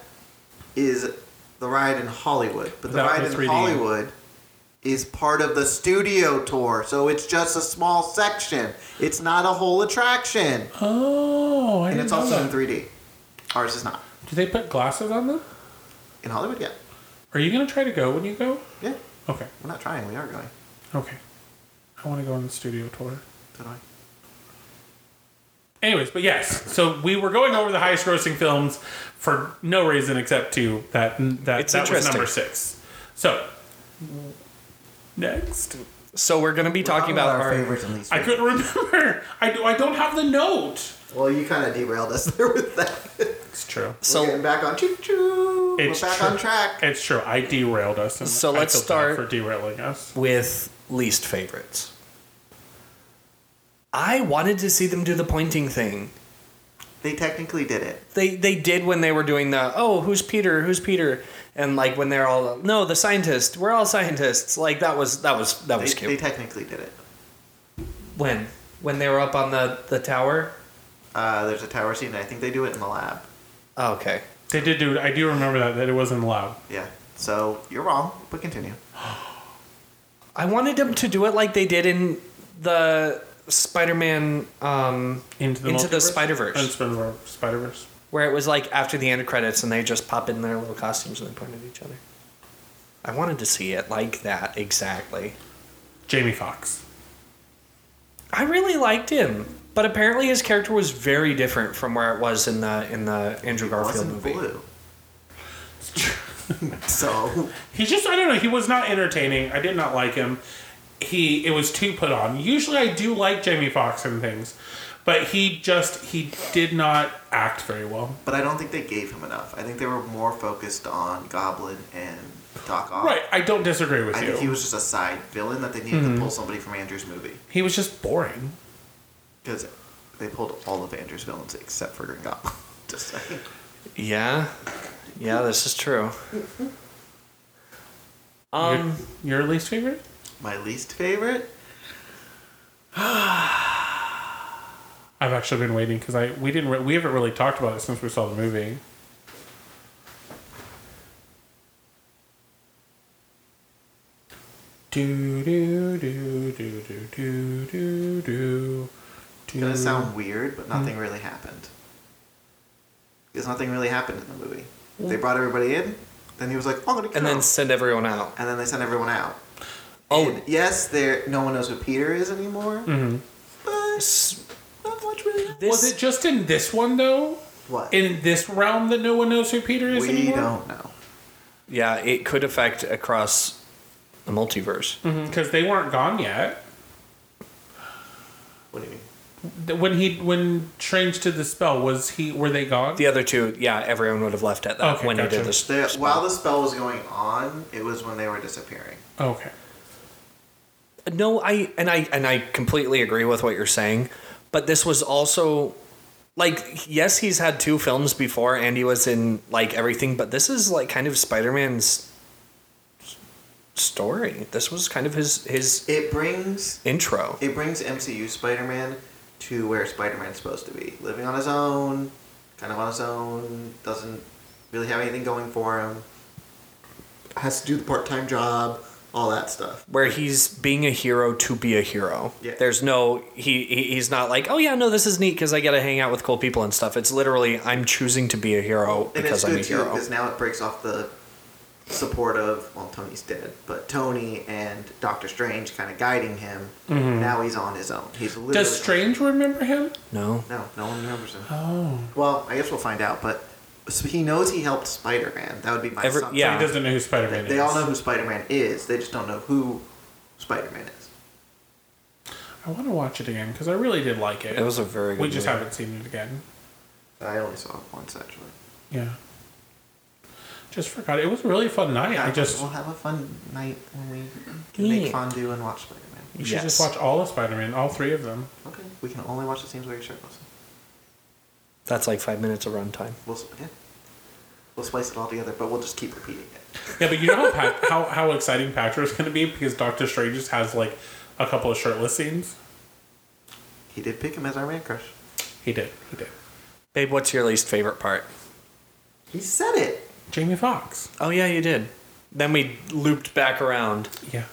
is the ride in Hollywood. But the
Without
ride
the
in
3D.
Hollywood is part of the studio tour. So it's just a small section, it's not a whole attraction.
Oh, I
And
didn't
it's
know
also in
that.
3D. Ours is not.
Do they put glasses on them?
In Hollywood, yeah.
Are you gonna try to go when you go?
Yeah.
Okay,
We're not trying, we are going.
okay. I want to go on the studio tour.
Did I?
Anyways, but yes, so we were going over the highest grossing films for no reason except to that that
It's
that was
interesting.
number six. So next,
So we're going to be talking about our.
favorites and least
I couldn't remember. [LAUGHS] I do, I don't have the note.
[LAUGHS] Well, you kind of derailed us [LAUGHS] there with that.
It's true.
So
So
We're getting back on choo choo. We're
It's
back
true.
on track.
It's true. I derailed us. And
So
I
let's
feel bad
start-
for derailing us.
with least favorites. I wanted to see them do the pointing thing.
They technically did it.
They they did when they were doing the oh who's Peter who's Peter and like when they're all no the scientist we're all scientists like that was that was that
They,
was
they
cute
technically did it.
when when they were up on the the tower
Uh, there's a tower scene. and I think they do it in the lab.
oh, okay
They did do. I do remember that that it wasn't allowed.
Yeah. So you're wrong, but continue.
I wanted them to do it like they did in the Spider-Man um,
Into the
Into the
multiverse?
Spider-Verse.
Into the Spider Verse.
where it was like after the end credits and they just pop in their little costumes and they point at each other. I wanted to see it like that exactly.
Jamie Fox.
I really liked him, but apparently his character was very different from where it was in the in the Andrew Garfield
Wasn't
movie.
blue. [LAUGHS] So
He just, I don't know, he was not entertaining. I did not like him. he it was too put on. Usually I do like Jamie Foxx and things, but he just he did not act very well.
But I don't think they gave him enough. I think they were more focused on Goblin and Doc Ock.
Right, I don't disagree with
I
you.
think he was just a side villain that they needed to pull somebody from Andrew's movie
he was just boring.
because they pulled all of Andrew's villains except for Green Goblin. [LAUGHS] just saying.
Yeah. Yeah, this is true. Um,
your, your least favorite?
My least favorite.
I've actually been waiting because I we didn't re- we haven't really talked about it since we saw the movie. Do do do do do do do do.
It's gonna sound weird, but nothing really happened. Because nothing really happened in the movie. They brought everybody in. Then he was like, "Oh, "I'm gonna kill."
and then
him."
send everyone out.
and then they sent everyone out.
Oh. Mm.
And yes, there. No one knows who Peter is anymore.
Mm-hmm.
But
S-
not much really. happened.
This,
Was it just in this one though?
What?
In this realm that no one knows who Peter is
we
anymore?
don't know.
yeah, it could affect across the multiverse.
Because they weren't gone yet.
What do you mean?
Th- When he when Strange did the spell, was he were they gone?
The other two, yeah, everyone would have left at that
Okay,
when he
gotcha.
did this.
The,
spell.
while the spell was going on, it was when they were disappearing.
Okay.
No, I and I and I completely agree with what you're saying, but this was also like yes, he's had two films before and he was in like everything, but this is like kind of Spider-Man's s- story. This was kind of his his
It brings
intro.
it brings MCU Spider-Man to where Spider-Man's supposed to be, living on his own, kind of on his own, doesn't really have anything going for him, has to do the part-time job, all that stuff.
where he's being a hero to be a hero.
Yeah.
There's no he, he he's not like, "Oh yeah, no, this is neat cuz I got to hang out with cool people and stuff." It's literally I'm choosing to be a hero
And
because
it's
I'm a
good too
hero.
because now it breaks off the support of well, Tony's dead, but Tony and Doctor Strange kind of guiding him. Now he's on his own. He's literally
Mm-hmm. Does Strange remember him?
no.
No, no one remembers him.
Oh.
Well, I guess we'll find out, but so he knows he helped Spider Man. That would be my
Every-
assumption.
He
yeah.
doesn't know who Spider Man is.
Uh, They all know who Spider Man is, they just don't know who Spider Man is.
I want to watch it again because I really did like it.
It was a very good
we just
movie.
haven't seen it again.
I only saw it once actually.
Yeah. Just forgot. It was a really fun night. I just
we'll have a fun night when we can make
Yeah.
fondue and watch Spider Man.
you should
Yes.
just watch all of Spider Man, all three of them.
Okay. We can only watch the scenes where you're shirtless.
That's like 5 minutes of runtime.
We'll s- yeah. We'll splice it all together, but we'll just keep repeating it.
Yeah, but you know how Pat, [LAUGHS] how how exciting Patrick's going to be because Doctor Strange just has like a couple of shirtless scenes.
He did pick him as our man crush.
He did. He did.
Babe, what's your least favorite part?
He said it.
Jamie Foxx.
Oh yeah, you did. Then we looped back around.
Yeah.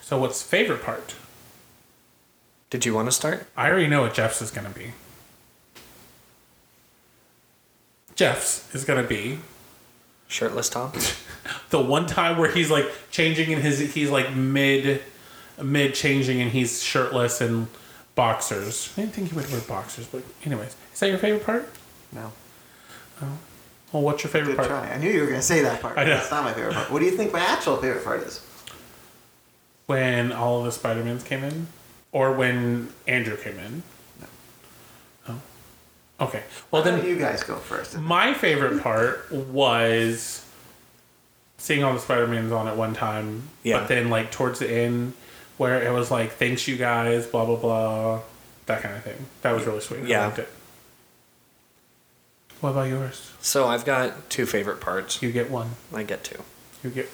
So what's favorite part?
Did you want to start?
I already know what Jeff's is going to be. Jeff's is going to be
Shirtless Tom.
the one time where he's like changing in his he's like mid mid changing and he's shirtless and boxers. I didn't think he would wear boxers, but anyways, is that your favorite part?
No.
Well, what's your favorite part?
Good try. I knew you were gonna say that part.
I know.
That's not my favorite part. What do you think my actual favorite part is?
When all of the Spider Mans came in, or when Andrew came in.
No. Uh,
Oh. Okay. Well
Why
then.
don't you guys go first.
My favorite part was seeing all the Spider Mans on at one time.
Yeah.
But then like towards the end where it was like, Thanks you guys, blah blah blah that kind of thing. That was really sweet. I
Yeah.
liked it. What about yours?
So I've got two favorite parts.
You get one.
I get two.
You get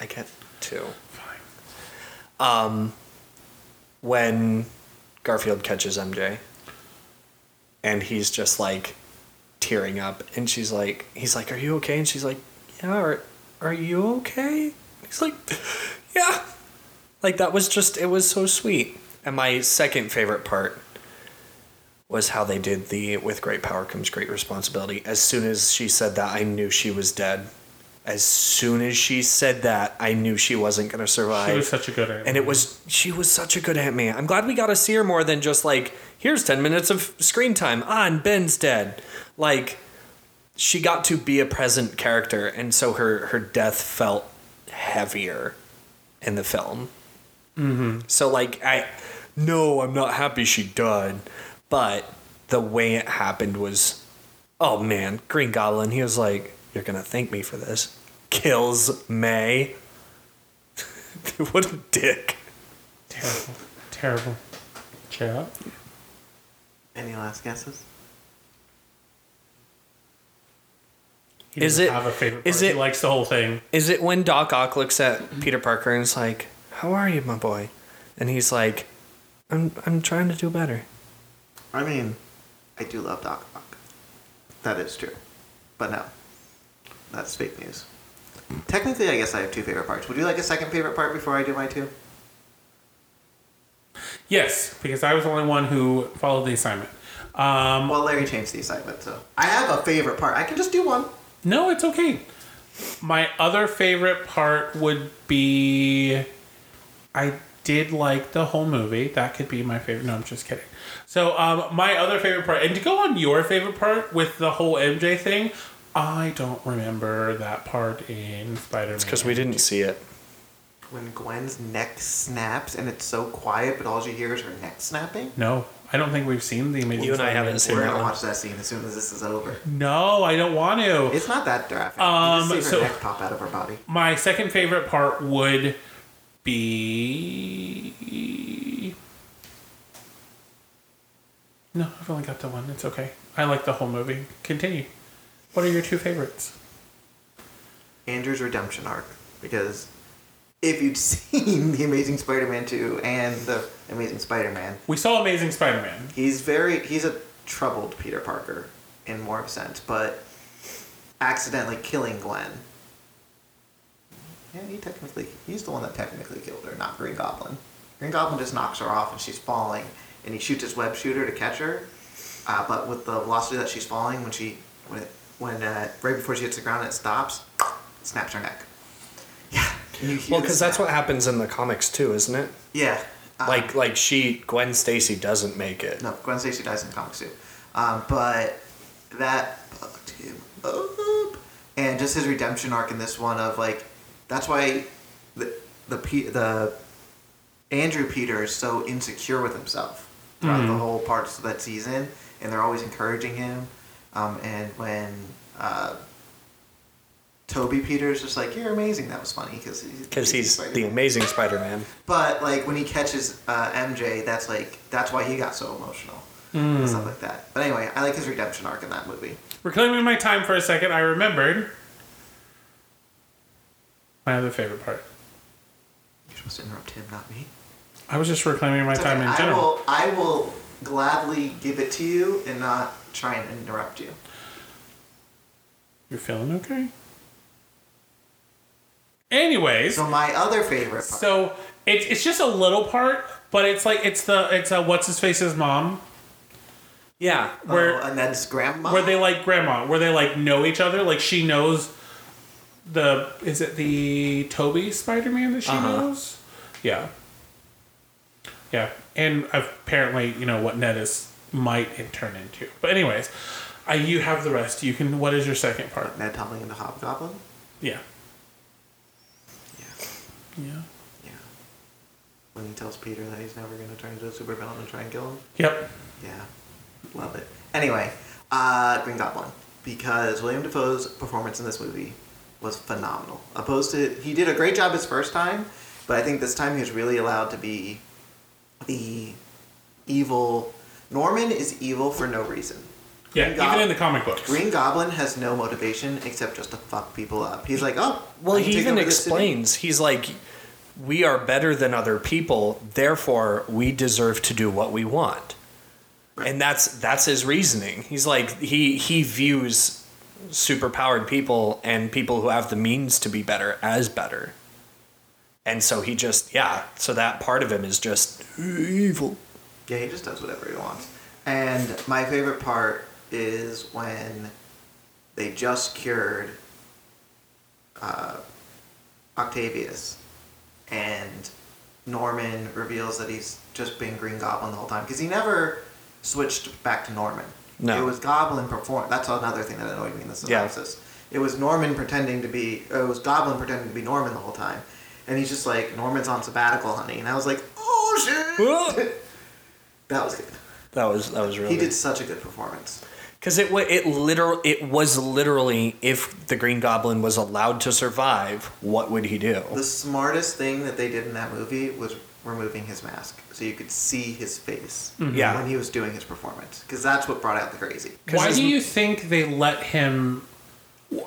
I get two.
fine.
When Garfield catches MJ, and he's just like tearing up, and she's like, he's like, "Are you okay?" And she's like, "Yeah." Are, are you okay? He's like, [LAUGHS] "Yeah." Like that was just it was so sweet. And my second favorite part was how they did the with great power comes great responsibility. As soon as she said that, I knew she was dead. As soon as she said that, I knew she wasn't going to survive.
She was such a good aunt.
and it was she was such a good Aunt May. I'm glad we got to see her more than just like here's 10 minutes of screen time. Ah, and Ben's dead. Like she got to be a present character and so her her death felt heavier in the film So like I no, I'm not happy she died, but the way it happened was oh man, Green Goblin, he was like, You're gonna thank me for this. Kills May. [LAUGHS] what a dick.
Terrible. Terrible. Cheer up.
Any last guesses?
He
Is
doesn't
it-
have a favorite
is
part.
it-
he likes the whole thing.
Is it when Doc Ock looks at Peter Parker and is like, How are you, my boy? And he's like, I'm I'm trying to do better.
I mean, I do love Doc Ock. That is true. But no, that's fake news. Technically, I guess I have two favorite parts. Would you like a second favorite part before I do my two?
Yes, because I was the only one who followed the assignment. Um,
Well, Larry changed the assignment, so I have a favorite part. I can just do one.
no, it's okay. My other favorite part would be I did like the whole movie. That could be my favorite. No, I'm just kidding. So, um, my other favorite part, and to go on your favorite part with the whole MJ thing, I don't remember that part in Spider Man.
Because we didn't see it.
When Gwen's neck snaps and it's so quiet, but all you hear is her neck snapping.
No, I don't think we've seen the Amazing
You and I
Spider-Man.
haven't seen
We're
that
gonna
one.
watch that scene as soon as this is over.
No, I don't want to.
It's not that graphic.
Um,
you just see
so-
her neck pop out of her body.
my second favorite part would be no i've only got the one it's okay i like the whole movie continue what are your two favorites
Andrew's redemption arc because if you'd [LAUGHS] seen the Amazing Spider-Man two and the Amazing Spider-Man,
we saw amazing spider-man
he's very he's a troubled Peter Parker in more of a sense, but accidentally killing Gwen. Yeah, he technically he's the one that technically killed her, not Green Goblin. Green Goblin just knocks her off and she's falling, and he shoots his web shooter to catch her. Uh, but with the velocity that she's falling, when she when it when uh, right before she hits the ground, it stops, snaps her neck. Yeah. and you hear
Well,
the
because that's
snap.
what happens in the comics too, isn't it?
Yeah. uh,
like like she Gwen Stacy doesn't make it.
No, Gwen Stacy dies in the comics too. Um, but that fucked him up. And just his redemption arc in this one of like, that's why the the Pe- the Andrew Peter is so insecure with himself throughout
Mm-hmm.
the whole parts of that season, and they're always encouraging him. Um, and when uh, Toby Peter's just like, "You're amazing," that was funny because
Because he's the amazing Spider Man.
but like when he catches uh, MJ, that's like that's why he got so emotional and
Hmm.
stuff like that. But anyway, I like his redemption arc in that movie.
reclaiming my time for a second i remembered my other favorite part
You're supposed to interrupt him, not me.
i was just reclaiming my
It's
time
okay,
in general
I will. I will gladly give it to you and not try and interrupt you.
you're feeling okay anyways
So my other favorite part.
So it's it's just a little part, but it's like it's the it's a what's his face's mom
Yeah.
oh,
where-
and that's grandma.
where they like grandma, where they like know each other, like she knows the is it the Toby Spider Man that she knows? Yeah. Yeah. And apparently, you know, what Ned is might turn into. But anyways, I you have the rest. You can what is your second part?
Ned tumbling into Hobgoblin.
Yeah.
Yeah,
Yeah.
yeah. When he tells Peter that he's never going to turn into a supervillain and try and kill him.
Yep.
Yeah, love it. Anyway, uh, Green Goblin because William Defoe's performance in this movie was phenomenal. Opposed to he did a great job his first time, but I think this time he was really allowed to be the evil. Norman is evil for no reason.
Yeah,
Green
even
Goblin-
in the comic books.
Green Goblin has no motivation except just to fuck people up. He's like, oh,
Well,
I can
he
take
even
over this city.
explains. He's like, we are better than other people, therefore we deserve to do what we want, and that's that's his reasoning. He's like he he views superpowered people and people who have the means to be better as better, and so he just yeah. So that part of him is just evil.
Yeah, he just does whatever he wants. And my favorite part is when they just cured uh, Octavius, and Norman reveals that he's just been Green Goblin the whole time because he never switched back to Norman.
No.
it was Goblin perform. That's another thing that annoyed me in this
Yeah.
synopsis. It was Norman pretending to be. It was Goblin pretending to be Norman the whole time, and he's just like, Norman's on sabbatical, honey. And I was like, oh shit. that was good.
That was that was really.
He did such a good performance.
Because it wa- it literal it was literally if the Green Goblin was allowed to survive, what would he do?
The smartest thing that they did in that movie was removing his mask so you could see his face
Mm-hmm.
Yeah.
when he was doing his performance because that's what brought out the crazy.
'Cause
Why
it's-
do you think they let him?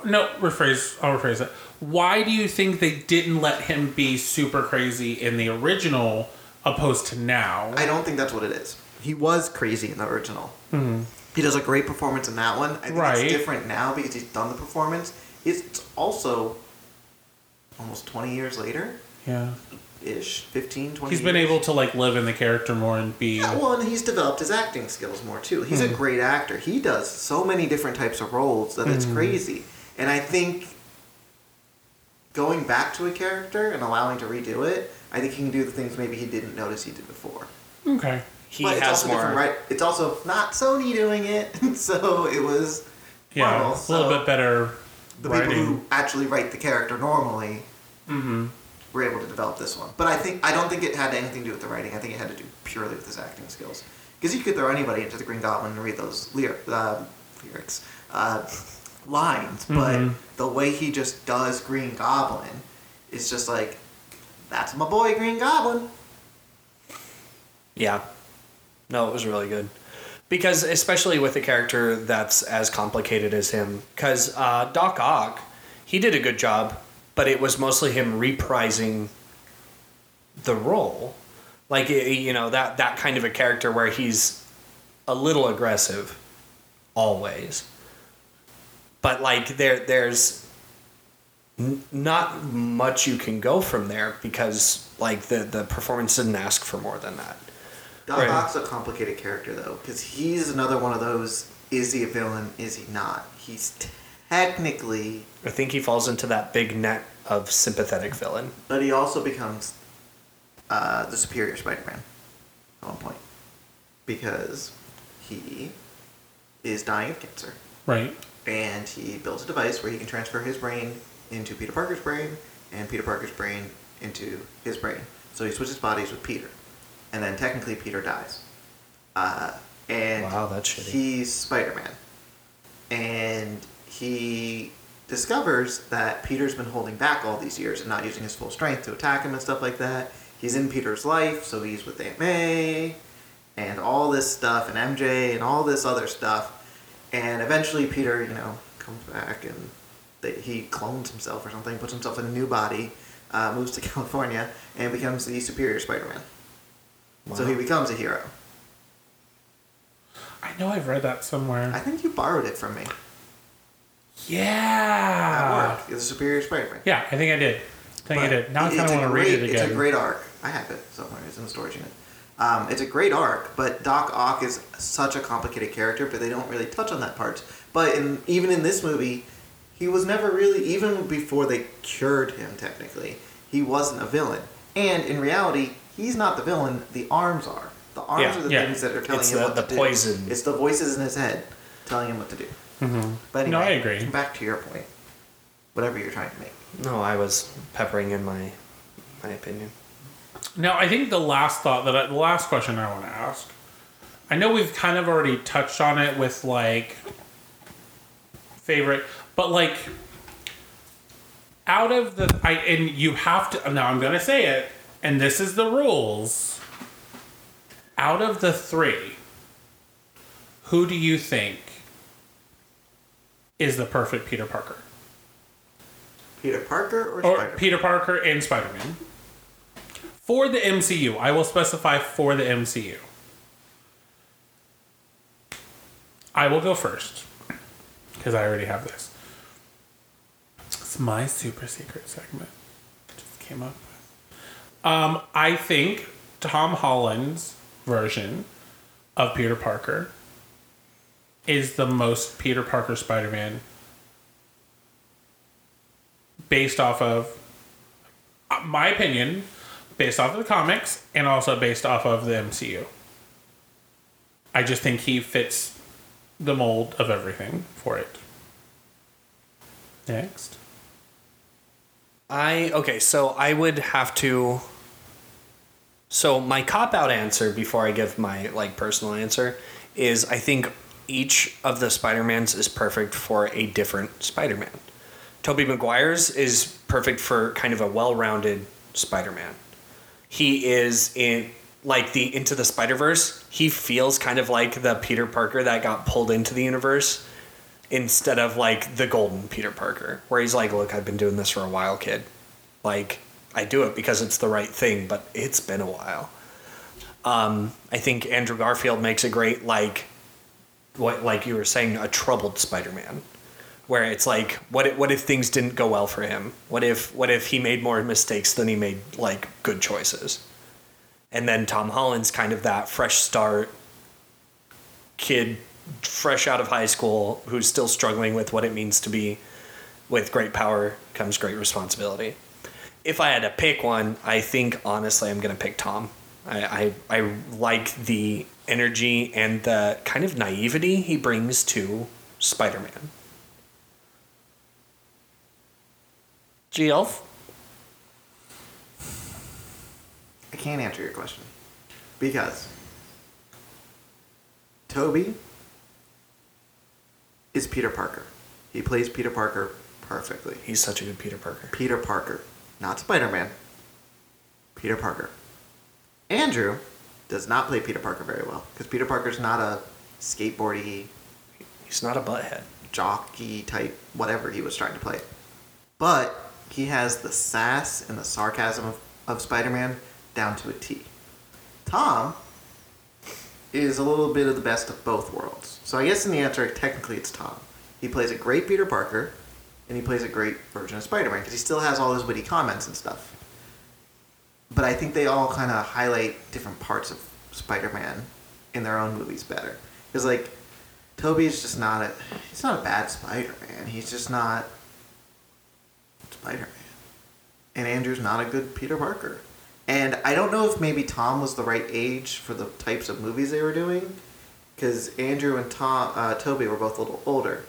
No, rephrase. I'll rephrase that. Why do you think they didn't let him be super crazy in the original, opposed to now?
I don't think that's what it is. He was crazy in the original. He does a great performance in that one. I think
Mm-hmm. Right.
it's different now because he's done the performance. It's also almost 20 years later
yeah,
ish, 15, 20
he's been
years.
able to like live in the character more and be.
Yeah, well, and he's developed his acting skills more too. He's
Hmm.
a great actor. He does so many different types of roles that
Hmm.
it's crazy. And I think going back to a character and allowing to redo it, I think he can do the things maybe he didn't notice he did before.
okay.
He
but it's
has
also
more.
different, right? It's also not Sony doing it, [LAUGHS] so it was
Yeah,
Marvel,
a little
so
bit better
the people
writing.
who actually write the character normally were able to develop this one. But I think I don't think it had anything to do with the writing. I think it had to do purely with his acting skills. Because you could throw anybody into the Green Goblin and read those lyr- uh, lyrics, uh, lines,
Mhm.
but the way he just does Green Goblin is just like, that's my boy, Green Goblin.
Yeah. No, it was really good. Because especially with a character that's as complicated as him, because uh, Doc Ock, he did a good job, but it was mostly him reprising the role, like y- you know that that kind of a character where he's a little aggressive, always. But like there, there's n- not much you can go from there because like the the performance didn't ask for more than that.
Doc
Right.
Ock's a complicated character though, because he's another one of those. Is he a villain? Is he not? He's technically,
I think he falls into that big net of sympathetic villain.
but he also becomes uh, the superior Spider-Man at one point because he is dying of cancer,
Right.
and he builds a device where he can transfer his brain into Peter Parker's brain, and Peter Parker's brain into his brain. So he switches bodies with Peter, and then technically Peter dies. Uh, and
Wow, that's shitty.
he's Spider Man, and he discovers that Peter's been holding back all these years and not using his full strength to attack him and stuff like that. He's in Peter's life, so he's with Aunt May, and all this stuff, and MJ, and all this other stuff. And eventually, Peter, you know, comes back and that he clones himself or something, puts himself in a new body, uh, moves to [LAUGHS] California, and becomes the Superior Spider-Man. So
Wow.
he becomes a hero.
I know I've read that somewhere.
I think you borrowed it from me. That
yeah.
worked. You're the Superior Spider-Man.
Yeah, I think I did. I think I
But
did. Now I
it's
kind of
a
want to read it
great-
again.
It's a great arc. I have it somewhere. It's in the storage unit. Um, it's a great arc, but Doc Ock is such a complicated character, but they don't really touch on that part. But in, even in this movie, he was never really, even before they cured him technically, he wasn't a villain. And in reality, he's not the villain. The arms are. The arms
Yeah,
are the
yeah.
things that are telling
It's
him
the-
what
the
to do.
poison.
It's the voices in his head telling him what to do. But
Mm-hmm. No,
anyway,
I agree.
Back to your point. Whatever you're trying to make.
No, I was peppering in my my opinion.
Now, I think the last thought that I, the last question I want to ask. I know we've kind of already touched on it with like favorite, but like out of the I and you have to now I'm going to say it and this is the rules. Out of the 3, who do you think is the perfect Peter Parker?
Peter Parker or,
or
Spider-Man?
Peter Parker and Spider Man. For the MCU, I will specify for the MCU. I will go first because I already have this. It's my super secret segment. Just came up. with. Um, I think Tom Holland's version of Peter Parker is the most Peter Parker Spider Man based off of uh, my opinion, based off of the comics, and also based off of the MCU. I just think he fits the mold of everything for it. Next.
I okay, so I would have to. So my cop out answer before I give my like personal answer is I think each of the Spider Mans is perfect for a different Spider Man. Tobey Maguire's is perfect for kind of a well rounded Spider Man. He is in like the Into the Spider Verse. He feels kind of like the Peter Parker that got pulled into the universe instead of like the golden Peter Parker, where he's like, "Look, I've been doing this for a while, kid. Like, I do it because it's the right thing, but it's been a while." Um, I think Andrew Garfield makes a great like, what like you were saying, a troubled Spider-Man, where it's like, what if, what if things didn't go well for him? What if what if he made more mistakes than he made like good choices? And then Tom Holland's kind of that fresh start kid fresh out of high school who's still struggling with what it means to be with great power comes great responsibility. If I had to pick one, I think honestly I'm going to pick Tom. I, I, I like the energy and the kind of naivety he brings to Spider Man. Geoff?
I can't answer your question because Toby is Peter Parker. He plays Peter Parker perfectly.
He's such a good Peter Parker.
Peter Parker, not Spider Man. Peter Parker. Andrew does not play Peter Parker very well because Peter Parker's not a skateboardy,
He's not a butthead.
jockey type, whatever he was trying to play. But he has the sass and the sarcasm of, of Spider Man down to a T. Tom is a little bit of the best of both worlds. So I guess in the answer, technically it's Tom. He plays a great Peter Parker, and he plays a great version of Spider Man because he still has all his witty comments and stuff. But I think they all kind of highlight different parts of Spider Man in their own movies better. Because like, Toby is just not a he's not a bad Spider Man. He's just not Spider Man. And Andrew's not a good Peter Parker. And I don't know if maybe Tom was the right age for the types of movies they were doing, because Andrew and Tom, uh, Toby were both a little older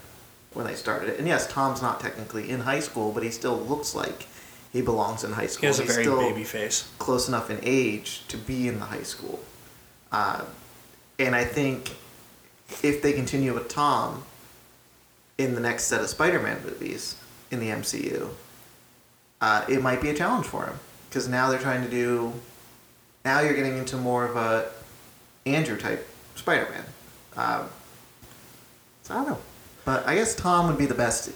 when they started it. And yes, Tom's not technically in high school, but he still looks like he belongs in high school.
He has a
He's
very
still-
baby face.
close enough in age to be in the high school. Uh, and I think if they continue with Tom in the next set of Spider Man movies in the MCU, uh, it might be a challenge for him. Because now they're trying to do. Now you're getting into more of a Andrew type Spider Man. Um, so I don't know. But I guess Tom would be the best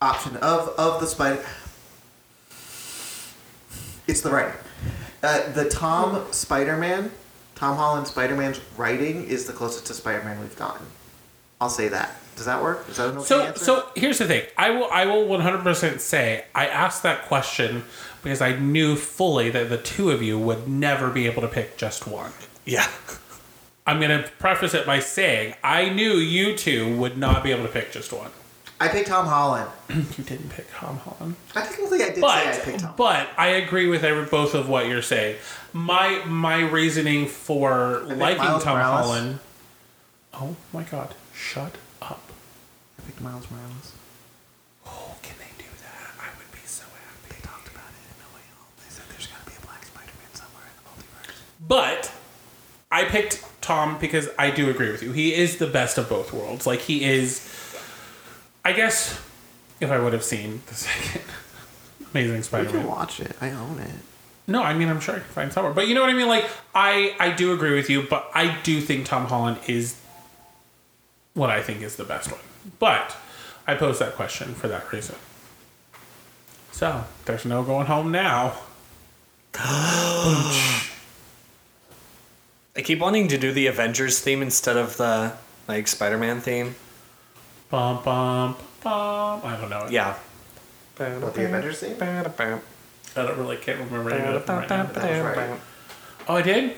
option of, of the Spider it's the writing. Uh, the Tom
Hmm.
Spider Man, Tom Holland Spider Man's writing is the closest to Spider Man we've gotten. I'll say that. Does that work? Is that an okay
So
answer?
so here's the thing. I will I will 100% say I asked that question because I knew fully that the two of you would never be able to pick just one.
Yeah. [LAUGHS]
I'm going to preface it by saying I knew you two would not be able to pick just one.
I picked Tom Holland.
You didn't pick Tom Holland.
I technically I did say I
But
picked Tom.
but I agree with every, both of what you're saying. My my reasoning for
think
liking
Miles
Tom
Morales.
Holland. Oh my god. Shut up.
I picked Miles Morales.
Oh, can they do that? I would be so happy. They talked about it in No Way Home. They said there's got to be a black Spider Man somewhere in the multiverse. But I picked Tom because I do agree with you. He is the best of both worlds. Like, he is. I guess if I would have seen the [LAUGHS] second Amazing
You
Spider
can
Man.
watch it. I own it.
No, I mean, I'm sure I can find somewhere. But you know what I mean? Like, I, I do agree with you, but I do think Tom Holland is what I think is the best one. But I posed that question for that reason. So there's no going home now.
I keep wanting to do the Avengers theme instead of the like Spider Man theme.
Bum bum bum. I don't know.
Yeah.
What the Avengers thing?
I don't really can't remember any of them right now.
right.
Oh, I did.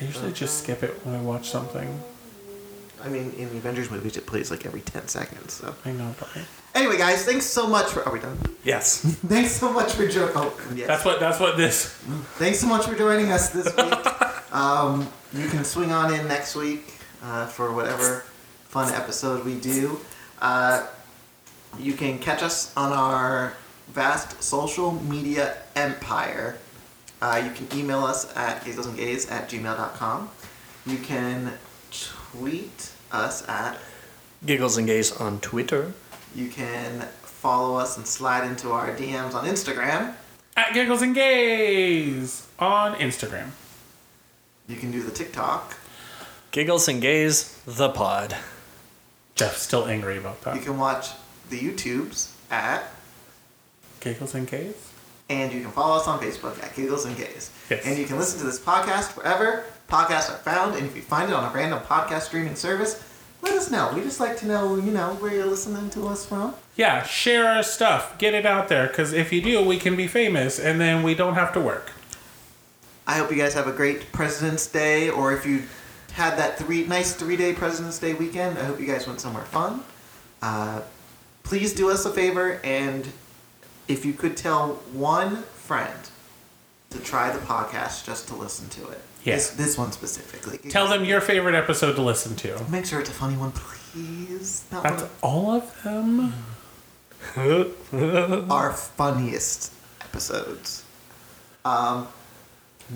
I usually just skip it when I watch something.
I mean, in the Avengers movies, it plays like every 10 seconds. So,
I know, but
anyway, guys, thanks so much for. Are we done? [LAUGHS]
Yes.
Thanks so much for joining. Oh, yes.
that's what that's what this.
Thanks so much for joining us this week. um, you can swing on in next week uh, for whatever fun episode we do. Uh, you can catch us on our vast social media empire. Uh, you can email us at gazelessandgaze at gmail.com. You can tweet us at.
Giggles and Gaze on Twitter.
You can follow us and slide into our DMs on Instagram.
At Giggles and Gaze on Instagram.
You can do the TikTok.
Giggles and Gaze, the pod.
Jeff's still angry about
You
that.
can watch the YouTubes at.
Giggles and Gaze?
And you can follow us on Facebook at Giggles and Gays.
Yes.
And you can listen to this podcast wherever podcasts are found. And if you find it on a random podcast streaming service, let us know. We just like to know, you know, where you're listening to us from.
Yeah, share our stuff. Get it out there. Because if you do, we can be famous and then we don't have to work.
I hope you guys have a great President's Day, or if you had that three nice three day President's Day weekend, I hope you guys went somewhere fun. Uh, please do us a favor, and if you could tell one friend to try the podcast just to listen to it.
Yeah.
This, this one specifically.
Tell them your favorite episode to listen to.
Make sure it's a funny one, please. Not
That's
one
all of [LAUGHS] them?
of our funniest episodes. Um,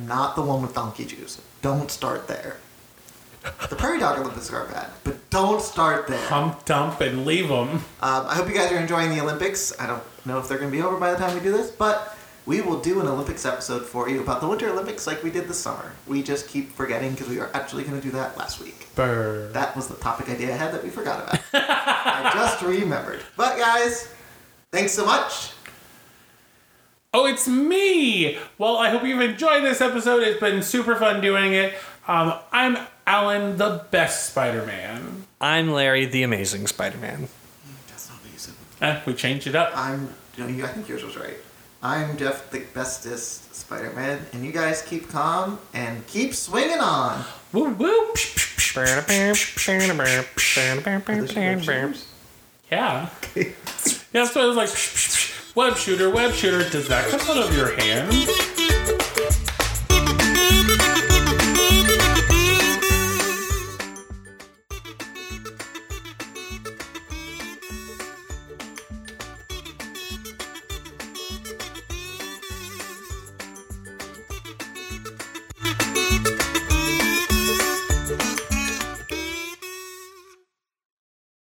not the one with donkey juice. Don't start there. The prairie dog Olympics are bad, but don't start there. Um,
Hump, dump, and leave them.
I hope you guys are enjoying the Olympics. I don't know if they're going to be over by the time we do this, but we will do an Olympics episode for you about the Winter Olympics like we did this summer. We just keep forgetting because we were actually going to do that last week.
Burr.
That was the topic idea I had that we forgot about. I just remembered. But guys, thanks so much.
Oh, it's me! Well, I hope you've enjoyed this episode. It's been super fun doing it. Um, I'm Alan, the best Spider Man.
I'm Larry, the amazing Spider Man.
That's not what you said.
Eh, we changed it up.
I'm. No, you, I think yours was right. I'm Jeff, the bestest Spider-Man, and you guys keep calm and keep swinging on.
Woo woo. Psh, psh, psh. Yeah. That's what I was like. Psh, psh, psh. Web shooter, web shooter. Does that come out of your hands?